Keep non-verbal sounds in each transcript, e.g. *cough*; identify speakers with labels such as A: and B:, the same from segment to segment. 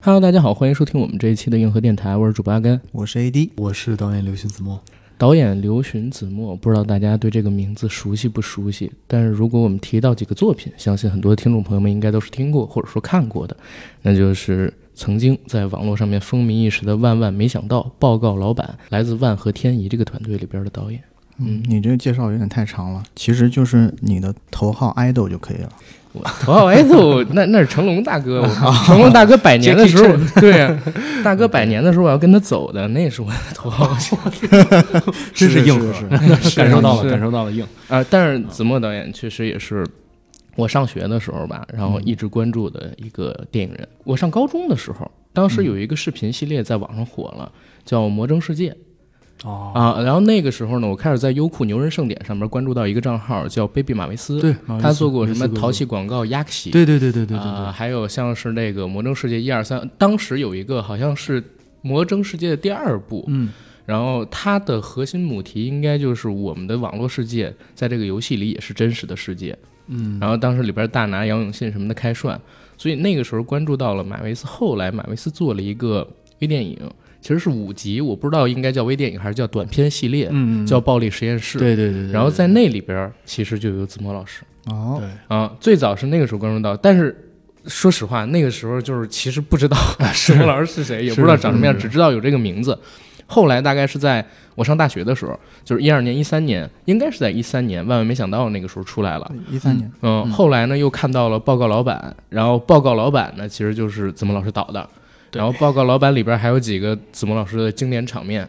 A: Hello，大家好，欢迎收听我们这一期的硬核电台，我是主播阿甘。
B: 我是 AD，
C: 我是导演刘星子墨，
A: 导演刘询子墨，不知道大家对这个名字熟悉不熟悉？但是如果我们提到几个作品，相信很多听众朋友们应该都是听过或者说看过的，那就是曾经在网络上面风靡一时的《万万没想到》报告老板，来自万和天宜这个团队里边的导演。
B: 嗯，你这个介绍有点太长了，其实就是你的头号 idol 就可以
A: *laughs*
B: 了。
A: 我头号 idol 哎那那是成龙大哥，我成龙大哥百年的时候，对呀、大哥百年的时候我要跟他走的，那是我的头号。
C: 真
B: 是
C: 硬
B: 是
C: 核，
A: 感 *laughs*
C: 感
A: 受到
C: 受
A: 了
C: 到了，
A: 感
C: 感受到了硬。
A: 啊，但是子墨导演确实也是我上学的时候吧，然
C: 嗯
A: 后一直关注的一个电影人。我上高中的时候，当时
C: 嗯
A: 有一个视频系列在网上火了，叫《魔怔世界》
C: 哦，
A: 啊。然后那个时候呢，我开始在优酷牛人盛典上面关注到一个账号叫 Baby 马维斯，
C: 对，马维斯
A: 他做过什么
C: 马维斯
A: 淘气广告、y a k i
C: 对对对对对对
A: 啊，
C: 对，
A: 还有像是那个《魔怔世界》一二三，当时有一个好像是《魔怔世界》的第二部，
C: 嗯，
A: 然后它的核心母题应该就是我们的网络世界，在这个游戏里也是真实的世界。嗯，然后当时里边大拿杨永信什么的开涮，所以那个时候关注到了马维斯。后来马维斯做了一个微电影，其实是五集，我不知道应该叫微电影还是叫短片系列，
C: 嗯，嗯
A: 叫《暴力实验室》。，
C: 对对对对，
A: 然后在那里边其实就有子墨老师
B: 哦，
C: 对
A: 啊，最早是那个时候关注到，但是。说实话，那个时候就是其实不知道 *laughs* 子墨老师是谁，也不知道长什么样，只知道有这个名字。后来大概是在我上大学的时候，就是一二年、一三年，应该是在一三年，万万没想到那个时候出来了。
B: 一三年，
A: 嗯，后来呢又看到了《报告老板》，然后《报告老板》呢其实就是子墨老师导的，
C: 对
A: 然后《报告老板》里边还有几个子墨老师的经典场面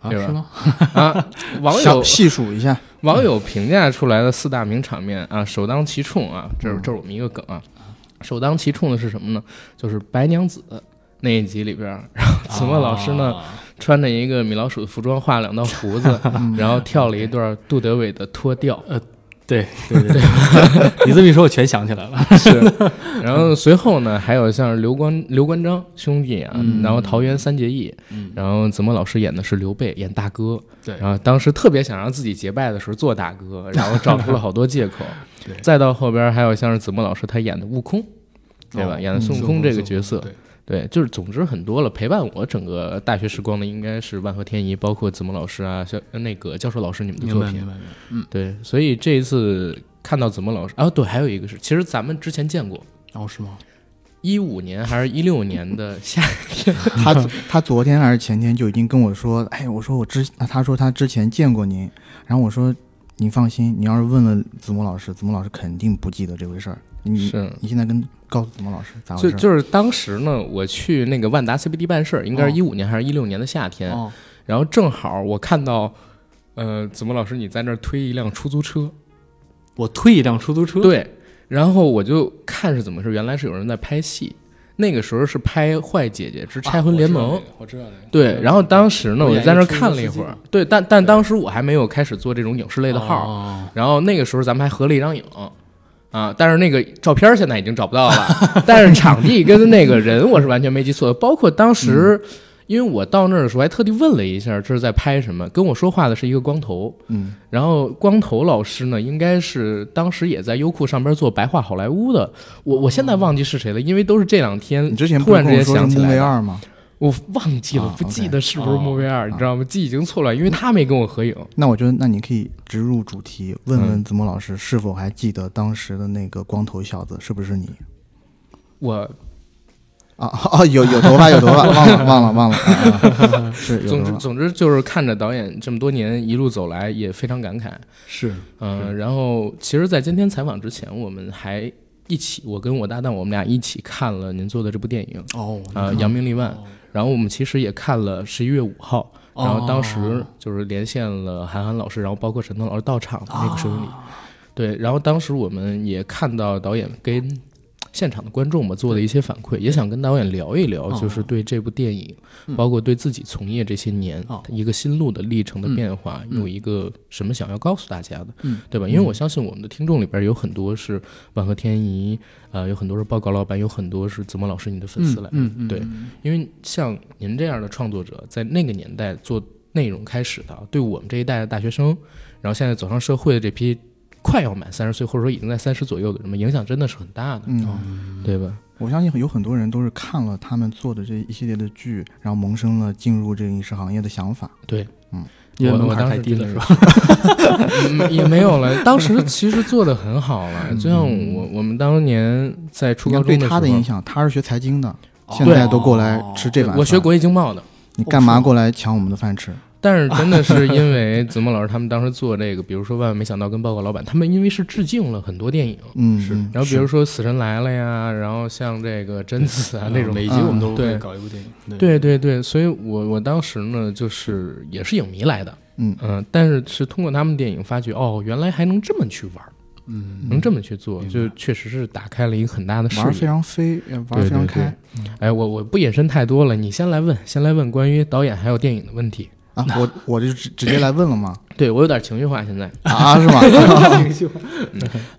C: 啊
A: 对吧
C: 是吗？
A: 啊，网
B: 小
A: 友
B: 细数
A: *laughs*
B: 一下，
A: 网友评价出来的四大名场面啊，首当其冲啊，这是这是我们一个梗啊，首当其冲的是什么呢？就是白娘子那一集里边，然后子墨老师呢
C: 啊？
A: 穿着一个米老鼠的服装，画了两道胡子，然后跳了一段杜德伟的脱掉，
C: 对对对，
A: *laughs*
C: 对你这么一说，我全想起来了。
A: 是。然后随后呢，还有像刘关刘关张兄弟啊，
C: 嗯
A: 然后桃园三结义，然后子墨老师演的是刘备，演大哥。
C: 对。
A: 然后当时特别想让自己结拜的时候做大哥，然后找出了好多借口
C: 对
A: 再到后边还有像是子墨老师他演的悟空，对吧？
C: 哦
A: 演的孙悟空这个角色，
C: 对
A: 对，就是总之很多了。陪伴我整个大学时光的应该是万和天宜，包括子墨老师啊，像那个教授老师你们的
C: 明
A: 作
C: 白
A: 品
C: 明。白明白。
A: 对，所以这一次看到子墨老师啊，对，还有一个是，其实咱们之前见过。
C: 哦，是吗？
A: 一五年还是一六年的夏天，
B: 他他昨天还是前天就已经跟我说，哎，我说我之，他说他之前见过您，然后我说你放心，你要是问了子墨老师，子墨老师肯定不记得这回事儿。你
A: 是
C: 嗯
B: 你现在跟告诉子墨老师咋回
A: 就
B: 事儿？
A: 就是当时呢，我去那个万达 CBD 办事儿，应该是一五年还是一六年的夏天，
C: 哦，
A: 然后正好我看到，呃，子墨老师你在那儿推一辆出租车，
C: 哦我推一辆出租车，，啊
A: 对，然后我就看是怎么回事，原来是有人在拍戏，那个时候是拍《坏姐姐之拆魂联盟》
C: 啊，我知道那个，
A: 对，然后当时呢，我
C: 我
A: 就
C: 演
A: 在
C: 一
A: 那儿
C: 出租
A: 看了一
C: 司机
A: 会儿
C: 嘛，
A: 对，但但当时我还没有开始做这种影视类
C: 类
A: 的号儿，
C: 号，
A: 然后那个时候咱们还合了一张影，啊，但是那个照片现在已经找不到了， *laughs* 但是场地跟那个人我是完全没记错的，包括当时。
B: 嗯
A: 因为我到那儿的时候还特地问了一下，这是在拍什么？跟我说话的是一个光头，
B: 嗯，
A: 然后光头老师呢，应该是当时也在优酷上边做白话好莱坞的，我我现在忘记是谁了，因为都是这两天
B: 哦你之前
A: 嗯突
B: 不是
A: 然之
B: 跟
A: 间
B: 我说是
A: 想起
B: 木
A: 来
B: 卫
A: 的
B: 二吗？
A: 我忘记了
B: 啊，
A: 不记
B: OK 哦
A: 得是不是莫维尔，你知道吗？记忆已经错乱，因为他没跟我合影。
B: 那我觉得，那你可以直入主题，问
A: 嗯
B: 问子墨老师是否还记得当时的那个光头小子是不是你？
A: 我
B: 啊啊，啊有有头发，有头发，忘了忘了忘了，啊啊是有
A: 总之
B: 头发。
A: 总之就是看着导演这么多年一路走来，也非常感慨。
C: 是
A: 嗯、然后其实，在今天采访之前，我们还一起，我跟我搭档，我们俩一起看了您做的这部电影，
C: 哦，
A: 呃，《扬名立万》。然后我们其实也看了十一月五号，然后当时就是连线了韩寒老师，然后包括沈腾老师到场的那个首映礼。对，然后当时我们也看到导演跟现场的观众嘛做的一些反馈，也想跟导演聊一聊，就是对这部电影，包括对自己从业这些年、
C: 哦
A: 一个心路的历程的变化，有一个什么想要告诉大家的，对吧？因为我相信我们的听众里边有很多是万和天宜，呃，有很多是报告老板，有很多是子墨老师你的粉丝来，
C: 嗯嗯，
A: 对，因为像您这样的创作者，在那个年代做内容开始的啊，对我们这一代的大学生，然后现在走上社会的这批快要满三十岁，或者说已经在三十左右的人们，影响真的是很大的，
B: 嗯，
A: 对吧？ *laughs*
B: 我相信有很多人都是看了他们做的这一系列的剧，然后萌生了进入这个影视行业的想法。
A: 对，
B: 嗯，
C: 因为
A: 我
C: 门
A: 我
C: 槛
A: 当
C: 太
A: 时
C: 低
A: 真
C: 了，
A: 的
C: 是
A: 是
C: 吧？
A: 嗯也没有了。当时其实做的很好了，就像我我们当年在初
B: 嗯你
A: 高
B: 看
A: 中
B: 对
A: 的时
B: 他
A: 候，
B: 的影响，他是学财经的，
C: 哦
B: 现在都过来吃这碗饭。
A: 我学国际经
B: *laughs*
A: 贸的。
B: 你干嘛过来抢我们的饭吃？
A: 但是真的是因为子墨老师他们当时做这个，比如说《万万没想到》跟《报告老板》，他们因为是致敬了很多电影，
B: 嗯，
C: 是
B: 嗯
A: 然后比如
B: 是
A: 说《死神来了》呀，然后像这个《贞子啊》那种，
C: 每集我们都
A: 对
C: 会搞一部电影，
A: 对对对，所以我我当时呢就是也是影迷来的，
B: 嗯
A: 但是是通过他们电影发觉，哦，原来还能这么去玩儿， *laughs*
C: 嗯，
A: 能这么去做，
C: 明白
A: 就确实是打开了一个很大的视
B: 玩儿非
A: 野。
B: 常飞，呃玩儿
A: 对
B: 非
A: 对对
B: 常开
A: 哎，我我不延伸太多了，你先来问，先来问关于导演还有电影的问题。
B: 啊！我我就直直接来问
A: *laughs*
B: 了嘛
A: 对我有点情绪化，现在
B: 啊，是吗？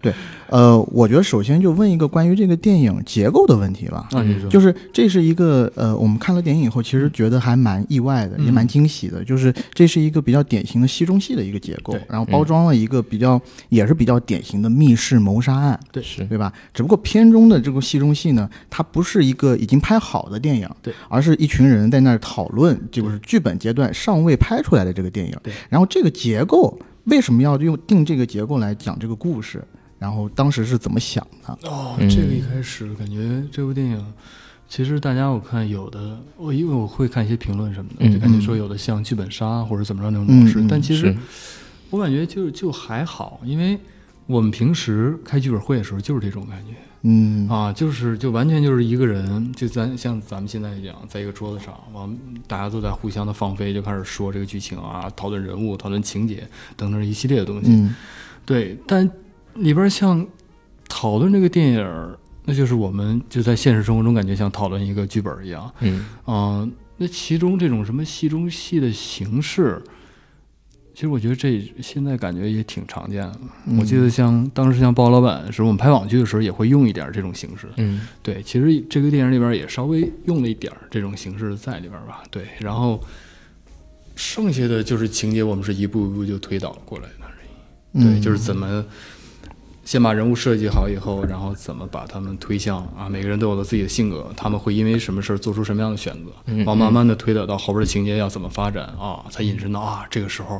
B: 对，呃，我觉得首先就问一个关于这个电影结构的问题吧。
C: 那你说
B: 就是这是一个呃，我们看了电影以后，其实觉得还蛮意外的，也蛮惊喜的。就是这是一个比较典型的戏中戏的一个结构
C: 对，
B: 然后包装了一个比较、也是比较典型的密室谋杀案，
C: 对
A: 是
B: 对吧？只不过片中的这个戏中戏呢，它不是一个已经拍好的电影，
C: 对，
B: 而是一群人在那儿讨论，就是剧本阶段尚未拍出来的这个电影。
C: 对，
B: 然后这个结构为什么要用定这个结构来讲这个故事？然后当时是怎么想的？
C: 哦，
A: 嗯
C: 这个一开始感觉这部电影，其实大家我看有的，我因为我会看一些评论什么的，
A: 嗯
C: 就感觉
B: 嗯
C: 说有的像剧本杀或者怎么着那种模式，
B: 嗯嗯
C: 但其实
A: 是
C: 我感觉就就还好，因为我们平时开剧本会的时候就是这种感觉。
B: 嗯，
C: 啊，就是就完全就是一个人，就咱像咱们现在一样，在一个桌子上，完大家都在互相的放飞，就开始说这个剧情啊，讨论人物，讨论情节等等一系列的东西。
B: 嗯
C: 对，但里边像讨论这个电影儿，那就是我们就在现实生活中感觉像讨论一个剧本儿一样。
A: 嗯
C: 嗯、那其中这种什么戏中戏的形式，其实我觉得这现在感觉也挺常见的。我记得像当时像鲍老板的时候，我们拍网剧的时候也会用一点儿这种形式。
A: 嗯
C: 对，其实这个电影里边也稍微用了一点儿这种形式在里边吧。对，然后剩下的就是情节，我们是一步一步就推导过来的。对，
B: 嗯
C: 就是怎么先把人物设计好以后，然后怎么把他们推向啊，每个人都有了自己的性格，他们会因为什么事儿做出什么样的选择，
A: 嗯
C: 然后慢慢的推导到后边的情节要怎么发展啊，才引申到啊，这个时候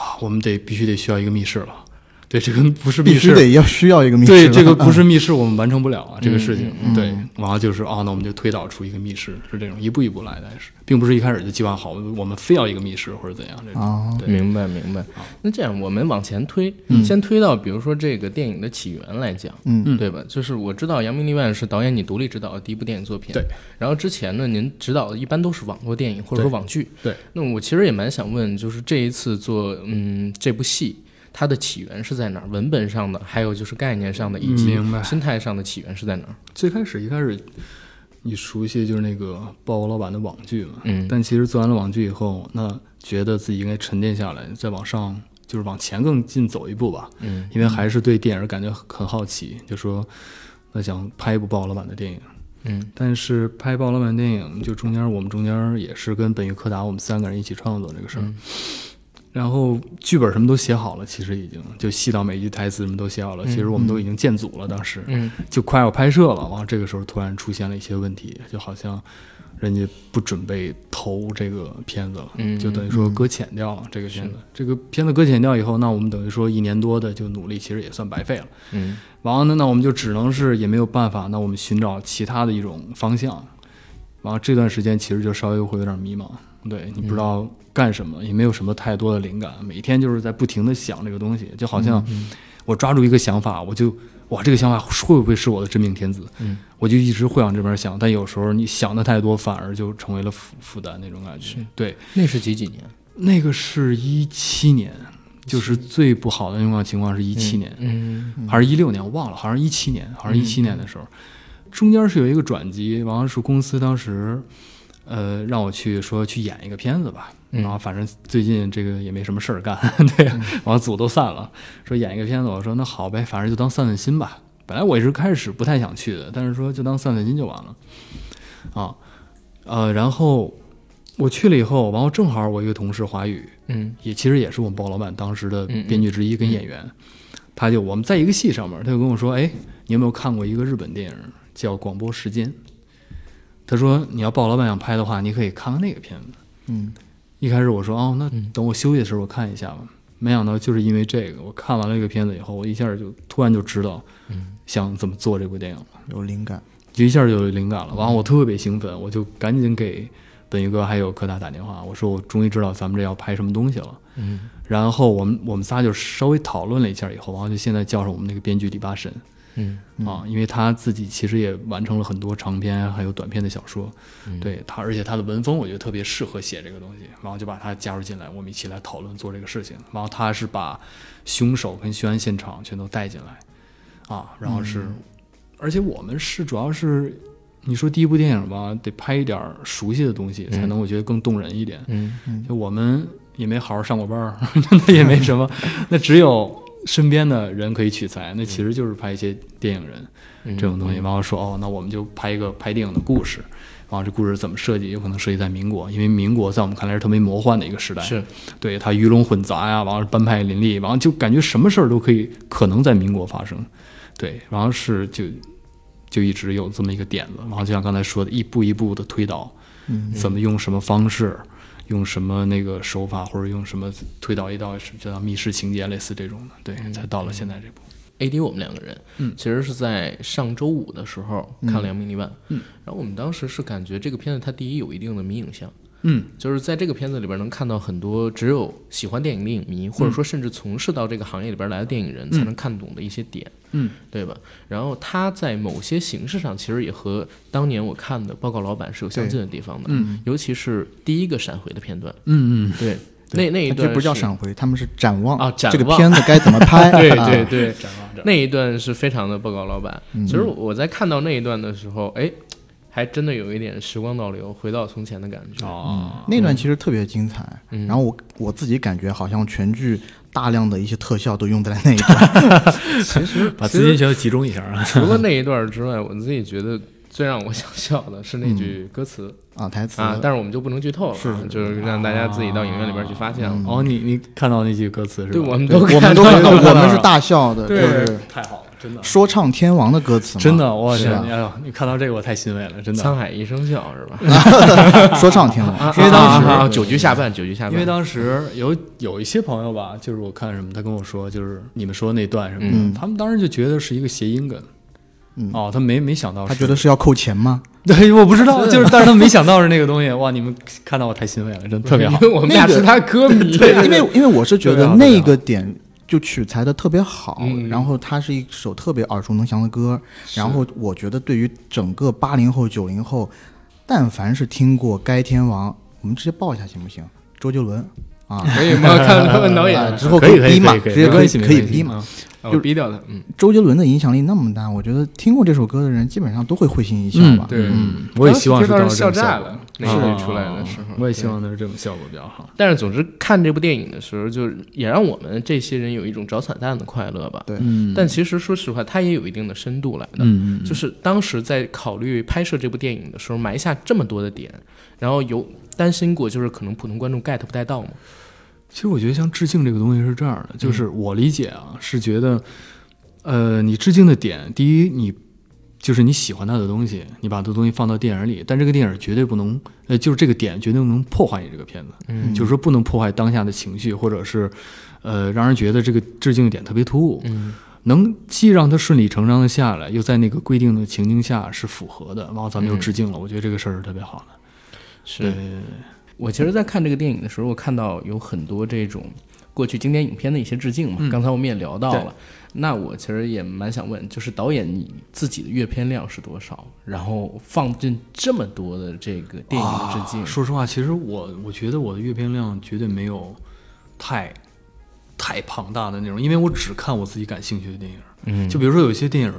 C: 啊，我们得必须得需要一个密室了。对，这个不是密
B: 必须
C: 室，
B: 得要需要一个密室
C: 对，
B: 了啊
C: 这 *laughs* 个不是密室，我们完成不了啊，这个事情。
B: 嗯
C: 对
B: 嗯，
C: 然后就是啊，那我们就推导出一个密室，是这种一步一步来的，还是并不是一开始就计划好，我们非要一个密室或者怎样这种。
B: 啊，
C: 对
A: 明白明白。那这样我们往前推，先推到比如说这个电影的起源来讲，
B: 嗯
C: 嗯
A: 对吧？就是我知道《扬名立万》是导演你独立执导的第一部电影作品，
C: 对。
A: 然后之前呢，您执导的一般都是网络电影或者说网剧，
C: 对。
A: 那我其实也蛮想问，就是这一次做嗯这部戏。它的起源是在哪儿？文本上的，还有就是概念上的，以及
C: 嗯明白
A: 心态上的起源是在哪儿？
C: 最开始一开始，你熟悉就是那个鲍勃老板的网剧嘛，
A: 嗯
C: 但其实做完了网剧以后，那觉得自己应该沉淀下来，再往上就是往前更进走一步吧，
A: 嗯
C: 因为还是对电影感觉很很好奇，就说那想拍一部鲍勃老板的电影。
A: 嗯
C: 但是拍《暴老板》电影，就中间我们中间也是跟本玉柯达我们三个人一起创作这个事儿，
A: 嗯
C: 然后剧本什么都写好了，其实已经就细到每一句台词什么都写好了，其实我们都已经建组了，当时
A: 嗯
C: 就快要拍摄了，然后这个时候突然出现了一些问题，就好像人家不准备投这个片子了，
A: 嗯
C: 就等于说搁浅掉了这个片子。这个片子搁浅掉以后，那我们等于说一年多的就努力，其实也算白费了。
A: 嗯
C: 完了呢，那我们就只能是也没有办法，那我们寻找其他的一种方向。完了这段时间其实就稍微会有点迷茫，对你不
A: 嗯
C: 知道干什么，也没有什么太多的灵感，每天就是在不停的想这个东西，就好像
A: 嗯
C: 我抓住一个想法，我就哇这个想法会不会是我的真命天子？
A: 嗯，
C: 我就一直会往这边想，但有时候你想的太多，反而就成为了负负担那种感觉。对，
A: 那是几几年？
C: 那个是一七年，就是最不好的那种情况是一七年。
A: 嗯
C: 还是一六年，我忘了，好像一七年，好像一七年的时候，中间是有一个转机，完了是公司当时，呃，让我去说去演一个片子吧，
A: 嗯
C: 然后反正最近这个也没什么事儿干， *laughs* 对，完了组都散了，说演一个片子，我说那好呗，反正就当散散心吧。本来我也是开始不太想去的，但是说就当散散心就完了，啊，呃，然后我去了以后，完后正好我一个同事华宇，
A: 嗯
C: 也其实也是我们鲍老板当时的编剧之一跟演员，他就我们在一个戏上面，他就跟我说：“哎，你有没有看过一个日本电影叫《广播时间》。他说你要鲍老板想拍的话，你可以看看那个片子。
B: 嗯，
C: 一开始我说哦，那等我休息的时候我看一下吧。没想到就是因为这个，我看完了这个片子以后，我一下就突然就知道
A: 嗯
C: 想怎么做这部电影了，
B: 有灵感，
C: 就一下就有灵感了。完，我特别兴奋，我就赶紧给本鱼哥还有柯达打电话，我说我终于知道咱们这要拍什么东西了。
A: 嗯
C: 然后我们我们仨就稍微讨论了一下以后，然后就现在叫上我们那个编剧李八神
A: 嗯
C: 啊，因为他自己其实也完成了很多长篇还有短篇的小说，
A: 嗯
C: 对他，而且他的文风我觉得特别适合写这个东西，然后就把他加入进来，我们一起来讨论做这个事情。然后他是把凶手跟凶案现场全都带进来啊，然后是，
A: 嗯
C: 而且我们是主要是你说第一部电影吧，得拍一点儿熟悉的东西，才能我觉得更动人一点。
A: 嗯
C: 就我们也没好好上过班儿， *laughs* 那也没
A: *laughs*
C: 什么，那只有身边的人可以取材，那其实就是拍一些电影人
A: 嗯
C: 这种东西。然后说哦，那我们就拍一个拍电影的故事，然后这故事怎么设计，有可能设计在民国，因为民国在我们看来是特别魔幻的一个时代，
A: 是
C: 对它鱼龙混杂呀，完了班派林立，完了就感觉什么事儿都可以可能在民国发生，对，然后是就就一直有这么一个点子，然后就像刚才说的，一步一步的推导，
B: 嗯
C: 怎么用什么方式，用什么那个手法，或者用什么推导一道什么叫密室情节，类似这种的，对，才到了现在这步。
A: AD 我们两个人，
C: 嗯
A: 其实是在上周五的时候看了《扬名立万》，
C: 嗯，
A: 然后我们当时是感觉这个片子它第一有一定的迷影像，
C: 嗯
A: 就是在这个片子里边能看到很多只有喜欢电影的影迷，或者说甚至从事到这个行业里边来的电影人才能看懂的一些点，
C: 嗯，
A: 对吧？然后它在某些形式上其实也和当年我看的《报告老板》是有相近的地方的，
C: 嗯，
A: 尤其是第一个闪回的片段，
C: 嗯嗯，
A: 对，那那一
B: 它这
A: 段
B: 不叫
A: 是
B: 闪回，他们是展望
A: 啊展
B: 这个
A: 望
B: 片子该怎么 *laughs* 拍？
A: *laughs* 对
B: 啊
A: 对对，
C: 展望展
A: 那一段是非常的报告老板。其实我在看到那一段的时候，哎，还真的有一点时光倒流，回到从前的感觉。啊
C: 哦，
B: 那段其实特别精彩，
A: 嗯
B: 然后我我自己感觉好像全剧大量的一些特效都用在了那一段，
A: 其实
C: 嗯把资金全都集中一下啊。
A: 除了那一段之外，我自己觉得最让我想笑的是那句歌词、
B: 啊台词，
A: 啊，但是我们就不能剧透了，
B: 是是
A: 就是让大家自己到影院里边去发现了。
C: 哦，你你看到那句歌词是吧？
A: 对，我们
B: 对
A: 都
B: 我们都
A: 看
B: 看
A: 到
B: 到，
A: 了
B: 我们是大笑的，就
A: 对
B: 是
C: 太好了，真的
B: 说唱天王的歌词嘛，
C: 真的，我
B: 是
C: 天，
B: 吧
C: 哎呦，你看到这个我太欣慰了，真的
A: 沧。海一声笑是吧？
B: *laughs* 说唱天王，
C: 因为当时
A: 啊啊啊九局下半，九局下半，
C: 因为当时有有一些朋友吧，就是我看什么，他跟我说，就是你们说那段什么的，
A: 嗯
C: 他们当时就觉得是一个谐音梗，
B: 嗯
C: 哦，他没没想到是，
B: 他觉得是要扣钱吗？
C: *laughs* 对，我不知道，就是，但是他没想到是那个东西，哇！你们看到我太欣慰了，真的特别好
A: 因。为我们俩
B: 那个
A: 是他歌
C: *laughs*
A: 迷，
B: 因
A: *laughs*
B: 为因为我是觉
C: 对
B: 得
C: 啊对啊
B: 那个点就取材的特别好，
A: 嗯
B: 然后它是一首特别耳熟能详的歌，然后我觉得对于整个八零后、九零后，但凡是听过《该天王》，我们直接报一下行不行？周杰伦啊，
C: *laughs*
A: 可以吗？ *laughs* 看问导
B: 啊
A: 演，
B: 之后
C: 可以可以
B: 逼嘛，
C: 可以
B: 直接
C: 可以没
B: 可
C: 关
B: 以
C: 系没
B: 可以
C: 关系嗯啊
B: 逼嘛。
A: 我逼掉他，嗯，
B: 周杰伦的影响力那么大，我觉得听过这首歌的人基本上都会会心一笑吧。
A: 对，
C: 嗯，我也希望是
A: 当
C: 到
A: 时
C: 这
A: 笑
C: 种
A: 炸
C: 效
A: 了
C: 果，，
A: 那个出来的时候
C: 啊，我也希望能是这种效果比较好。
A: 但是总之看这部电影的时候，就是也让我们这些人有一种找彩蛋的快乐吧。
B: 对
C: 嗯
A: 但其实说实话，它也有一定的深度来的。
C: 嗯嗯
A: 就是当时在考虑拍摄这部电影的时候，埋下这么多的点，然后有担心过，就是可能普通观众 get 不太到嘛。
C: 其实我觉得像致敬这个东西是这样的，就是
A: 嗯
C: 我理解啊，是觉得，呃，你致敬的点，第一，你就是你喜欢他的东西，你把这东西放到电影里，但这个电影绝对不能，呃，就是这个点绝对不能破坏你这个片子，
A: 嗯
C: 就是说不能破坏当下的情绪，或者是，呃，让人觉得这个致敬点特别突兀。
A: 嗯
C: 能既让它顺理成章的下来，又在那个规定的情境下是符合的，然后咱们又
A: 嗯
C: 致敬了，我觉得这个事儿是特别好的。对，
A: 是我其实，在看这个电影的时候，我看到有很多这种过去经典影片的一些致敬嘛。
C: 嗯
A: 刚才我们也聊到
C: 对
A: 了，那我其实也蛮想问，就是导演你自己的阅片量是多少？然后放进这么多的这个电影的致敬，
C: 说实话，其实我我觉得我的阅片量绝对没有太太庞大的那种，因为我只看我自己感兴趣的电影。
A: 嗯
C: 就比如说有些电影，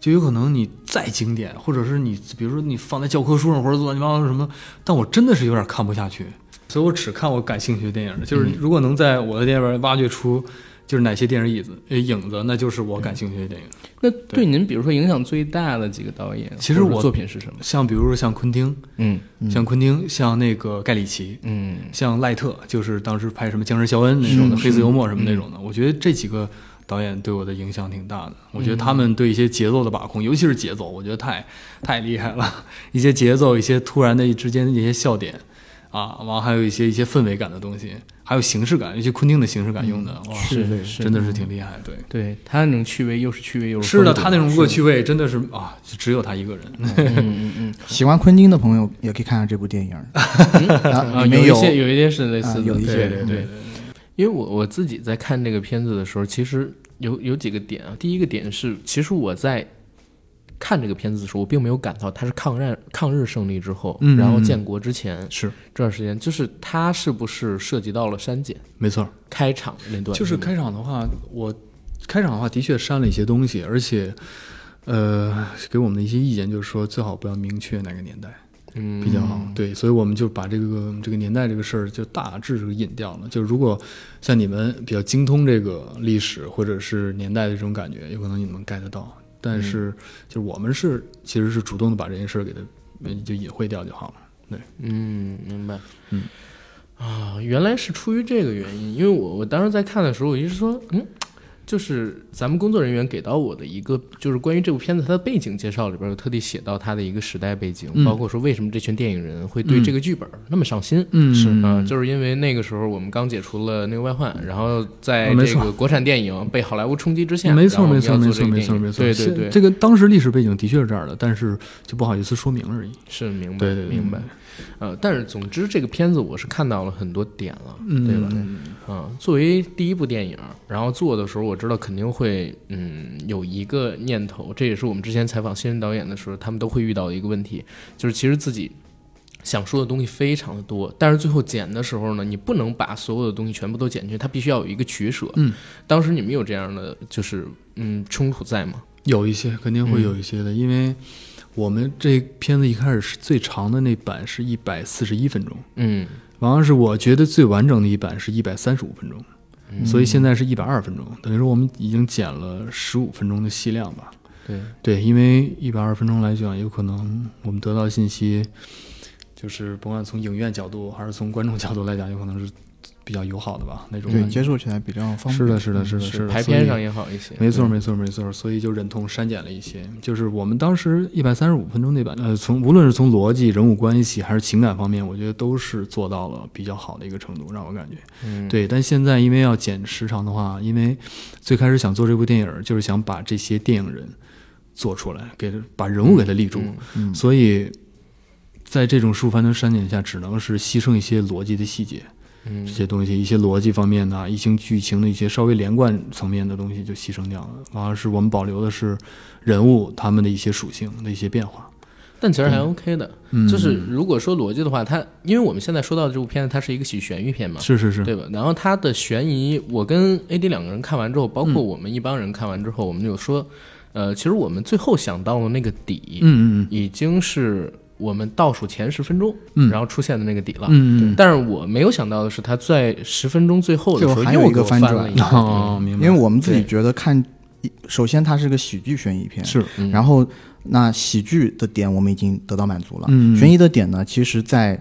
C: 就有可能你再经典，或者是你比如说你放在教科书上或者乱七八糟什么，但我真的是有点看不下去，所以我只看我感兴趣的电影。
A: 嗯
C: 就是如果能在我的电影里边挖掘出就是哪些电影椅子呃影子，那就是我感兴趣的电影。
A: 那对您，比如说影响最大的几个导演，
C: 其实
A: 或者
C: 我
A: 作品是什么？
C: 像比如说像昆汀，
A: 嗯
C: 像昆汀，像那个盖里奇，
A: 嗯嗯
C: 像赖特，就是当时拍什么《僵尸肖恩》那种的，黑色幽默什么那种的。我觉得这几个导演对我的影响挺大的。我觉
A: 嗯
C: 得他们对一些节奏的把控，尤其是节奏，我觉得太太厉害了。 *laughs* 一些节奏，一些突然的之间的一些笑点啊，完还有一些一些氛围感的东西，还有形式感，尤其昆汀的形式感用的，哇，
A: 是嗯是是
C: 真的是挺厉害。对，
A: 对他那种趣味又是趣味又是
C: 是的，
A: 风格
C: 他那种恶趣味真的是啊，只有他一个人。
A: 嗯嗯
B: 喜欢昆汀的朋友也可以看看这部
C: *laughs*
B: 电影儿，
A: 嗯
B: 啊
A: 啊，
B: 里面
A: 有一些有一些是类似的，
B: 啊有一些
A: 对
C: 对
A: 对对。因为我我自己在看这个片子的时候，其实有有几个点啊。第一个点是，其实我在看这个片子的时候，我并没有感到它是抗战抗日胜利之后，
C: 嗯
A: 然后建国之前
C: 是，
A: 这段时间，就是它是不是涉及到了删减
C: *laughs* 没错。
A: 开场那段？
C: 就是开场的话，我开场的话的确删了一些东西，而且，呃，给我们的一些意见就是说，最好不要明确哪个年代
A: 嗯
C: 比较好。对，所以我们就把这个这个年代这个事儿就大致是引掉了。就如果像你们比较精通这个历史或者是年代的这种感觉，有可能你们 get 到，但
A: 嗯
C: 是就是我们是其实是主动的把这件事儿给它呃就隐晦掉就好了。
A: 嗯，明白。
C: 嗯
A: 啊，原来是出于这个原因，因为我我当时在看的时候，我一直说，嗯，就是咱们工作人员给到我的一个，就是关于这部片子它的背景介绍里边，有特地写到它的一个时代背景，
C: 嗯
A: 包括说为什么这群电影人会对这个剧本那么上心。
C: 嗯
A: 是
C: 嗯
A: 啊，就是因为那个时候我们刚解除了内忧外患，然后在
C: 啊没
A: 这
C: 错
A: 个国产电影被好莱坞冲击之下，
C: 没
A: 然
C: 错，
A: 后我
C: 没
A: 们
C: 错，
A: 要
C: 没
A: 做
C: 错，
A: 这个
C: 没
A: 电
C: 错，
A: 影
C: 没错。
A: 对对
C: 是
A: 对，
C: 这个当时历史背景的确是这样的，但是就不好意思说明而已。
A: 是明白，
C: 对对嗯对
A: 明白。呃，但是总之这个片子我是看到了很多点了，
C: 嗯，
A: 对吧？嗯，作为第一部电影，然后做的时候，我知道肯定会，嗯，有一个念头，这也是我们之前采访新人导演的时候，他们都会遇到的一个问题，就是其实自己想说的东西非常的多，但是最后剪的时候呢，你不能把所有的东西全部都剪进去，它必须要有一个取舍。
C: 嗯，
A: 当时你们有这样的就是嗯冲突在吗？
C: 有一些肯定会有一些的，因为我们这片子一开始是最长的那版是一百四十一分钟，
A: 嗯
C: 完了是我觉得最完整的一版是一百三十五分钟，
A: 嗯
C: 所以现在是一百二分钟，等于说我们已经减了十五分钟的戏量吧。
A: 对，
C: 对，因为一百二分钟来讲，有可能我们得到的信息，就是甭管从影院角度还是从观众角度来讲，有可能是比较友好的吧，那种
B: 对，
C: 感觉
B: 接受起来比较方便。
C: 是的，是的，是的，是的。
A: 排
C: 所以
A: 片上也好一些。
C: 没错，
A: 对，
C: 没错，没错。所以就忍痛删减了一些，就是我们当时一百三十五分钟那版，呃，从无论是从逻辑、人物关系还是情感方面，我觉得都是做到了比较好的一个程度，让我感觉。
A: 嗯，
C: 对，但现在因为要减时长的话，因为最开始想做这部电影儿，就是想把这些电影人做出来，给把人物给他立住，
A: 嗯
B: 嗯，
C: 所以在这种十五分钟删减下，只能是牺牲一些逻辑的细节。
A: 嗯
C: 这些东西，一些逻辑方面的啊，一些剧情的一些稍微连贯层面的东西就牺牲掉了。完了是我们保留的是人物他们的一些属性的一些变化。
A: 但其实还 OK 的。
C: 嗯，
A: 就是如果说逻辑的话，它因为我们现在说到的这部片子，它是一个喜悬疑片嘛，
C: 是是是，
A: 嗯对吧？然后它的悬疑，我跟 AD 两个人看完之后，包括我们一帮人看完之后，我们有说，呃，其实我们最后想到的那个底，
C: 嗯嗯
A: 已经是我们倒数前十分钟，
C: 嗯
A: 然后出现的那个底了。
C: 嗯嗯
A: 但是我没有想到的是，他在十分钟最后的时候
B: 最后还有
A: 又
B: 一个
A: 给我翻
B: 翻
A: 了
B: 转
A: 一
C: 嗯，
A: 下
C: *laughs* 哦，明
B: 因
C: 白，
B: 为我们自己
A: 对
B: 觉得看，首先它是个喜剧悬疑片，
C: 是
A: 嗯
B: 然后那喜剧的点我们已经得到满足了，
C: 嗯
B: 悬疑的点呢，其实在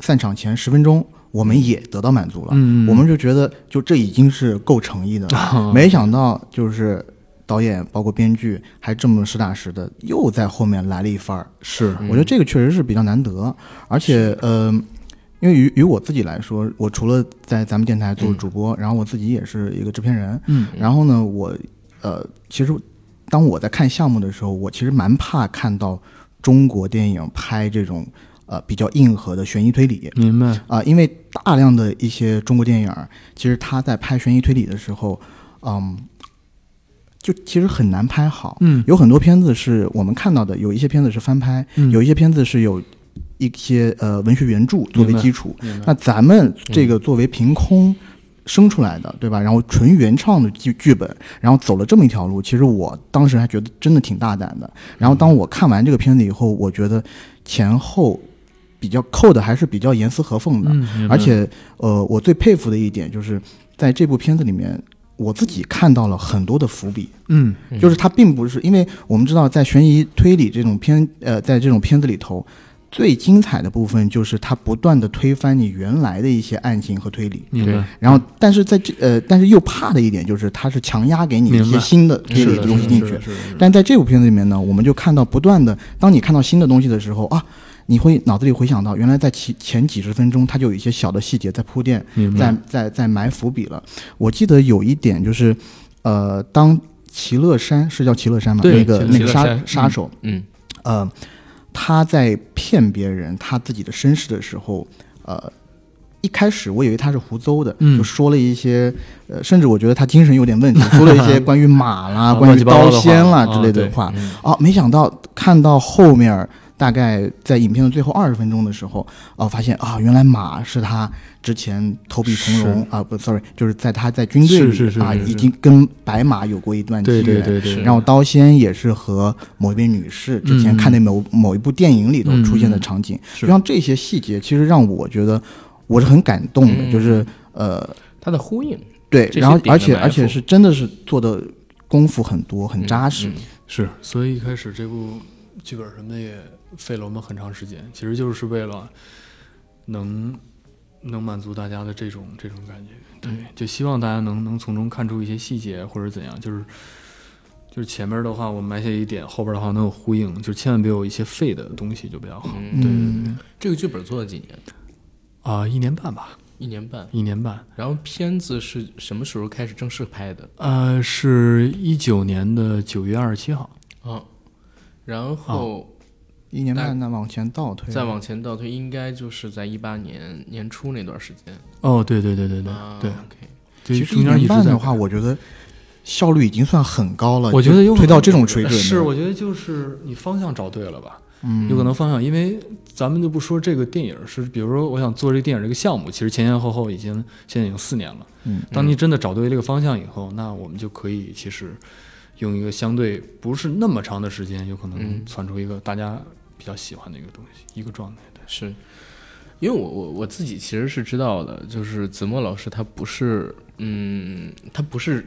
B: 散场前十分钟我们也得到满足了，
C: 嗯，嗯
B: 我们就觉得就这已经是够诚意的
C: *laughs*
B: 了，
C: 啊
B: 没想到就是导演包括编剧还这么实打实的又在后面来了一番儿，
C: 是
A: 嗯
B: 我觉得这个确实是比较难得，而且呃，因为于于我自己来说，我除了在咱们电台做
A: 嗯
B: 主播，然后我自己也是一个制片人，
C: 嗯
B: 然后呢，我呃，其实当我在看项目的时候，我其实蛮怕看到中国电影拍这种呃比较硬核的悬疑推理。
C: 明白，
B: 啊、因为大量的一些中国电影儿，其实他在拍悬疑推理的时候，嗯，就其实很难拍好。
C: 嗯
B: 有很多片子是我们看到的，有一些片子是翻拍，
C: 嗯
B: 有一些片子是有一些呃文学原著作为基础。
C: 明白嗯
B: 那咱们这个作为凭空生出来的，对吧？然后纯原创的剧剧本，然后走了这么一条路，其实我当时还觉得真的挺大胆的。然后当我看完这个片子以后，我觉得前后比较扣的还是比较严丝合缝的。
C: 嗯，明白
B: 而且，呃，我最佩服的一点就是在这部片子里面，我自己看到了很多的伏笔。
C: 嗯
A: 嗯
B: 就是它并不是，因为我们知道在悬疑推理这种片，呃，在这种片子里头，最精彩的部分就是它不断的推翻你原来的一些案情和推理。
C: 明白，
B: 然后，但是在这呃，但是又怕的一点就是，它是强压给你一
C: 明白
B: 些新的推
C: 是
B: 理
C: 的，
B: 东西
C: 是的
B: 进
C: 是
B: 去
C: 的，是的是的
B: 但在这部片子里面呢，我们就看到不断的，当你看到新的东西的时候啊，你会脑子里回想到，原来在其前几十分钟，它就有一些小的细节在铺垫，
C: 明白
B: 在，在在埋伏笔了。我记得有一点就是，呃，当齐乐山是叫齐乐山吗？
A: 对
B: 那个
A: 齐
B: 那个
A: 齐乐
B: 杀
A: 山
B: 杀手，
A: 嗯，
B: 呃，他在骗别人他自己的身世的时候，呃。一开始我以为他是胡诌的，
C: 嗯
B: 就说了一些，呃，甚至我觉得他精神有点问题，说了一
C: *laughs*
B: 些关于马啦、
C: 啊
B: 关
C: 乱
B: 于
C: 七八糟
B: 刀
C: 的话
B: 仙啦
C: 啊
B: 之类的
C: 对
B: 话。
A: 嗯
B: 哦，没想到看到后面儿，大概在影片的最后二十分钟的时候，哦，发现啊、原来马是他之前投笔从戎啊、不，sorry，就是在他在军队
C: 是
B: 里
C: 是是
B: 啊，
C: 是是
B: 已经跟白马有过一段
C: 对
B: 机
C: 对
B: 缘。
C: 对对，
A: 是
B: 然后刀仙也是和某一位女士之前
C: 嗯
B: 看的某、某一部电影里头出现的场景，
C: 是
B: 就像这些细节，其实让我觉得我是很感动的，
A: 嗯
B: 就是呃，
A: 它的呼应
B: 对，
A: 这些
B: 然后
A: 点的
B: 而且
A: 埋
B: 而且
A: 伏
B: 是真的是做的功夫很多，很扎实。
A: 嗯
C: 是，所以一开始这部剧本什么的也费了我们很长时间，其实就是为了能能满足大家的这种这种感觉，对，就希望大家能能从中看出一些细节或者怎样，就是就是前面的话我们埋下一点，后边的话能有呼应，就千万别有一些废的东西就比较好
A: 嗯
B: 嗯，
A: 这个剧本做了几年？
C: 啊、一年半吧，
A: 一年半。
C: 一年半，
A: 然后片子是什么时候开始正式拍的？
C: 呃，是一九年的九月二十七号，
A: 啊，然后
C: 啊
B: 一年
A: 大
B: 半那往前倒推，啊
A: 再往前倒推，应该就是在一八年年初那段时间。
C: 哦，对对对对对、
A: 啊
C: 对，
A: ，OK，
C: 就
B: 其实一
C: 中间一
B: 年
C: 直
B: 半
C: 在呃
B: 的话，我觉得效率已经算很高了。
C: 我觉
B: 就
C: 得有
B: 推
C: 可
B: 到
C: 能
B: 这种水准了，
C: 是，我觉得就是你方向找对了吧，
B: 嗯，
C: 有可能方向，因为咱们就不说这个电影是，比如说我想做这个电影这个项目，其实前前后后已经现在已经四年了。
B: 嗯，
C: 当你真的找对这个方向以后，那我们就可以其实用一个相对不是那么长的时间，有可能
A: 嗯
C: 窜出一个大家比较喜欢的一个东西，一个状态。对，
A: 是因为我我我自己其实是知道的，就是子墨老师他不是，嗯，他不是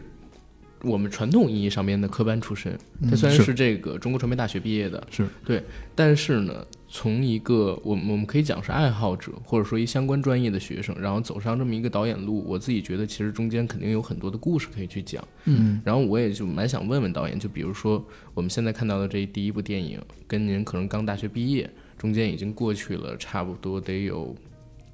A: 我们传统意义上面的科班出身，
B: 嗯
A: 他虽然
C: 嗯是
A: 是这个中国传媒大学毕业的，
C: 是
A: 对，但是呢，从一个我们我们可以讲是爱好者，或者说一相关专业的学生，然后走上这么一个导演路，我自己觉得其实中间肯定有很多的故事可以去讲。
B: 嗯，
A: 然后我也就蛮想问问导演，就比如说我们现在看到的这第一部电影，跟您可能刚大学毕业，中间已经过去了差不多得有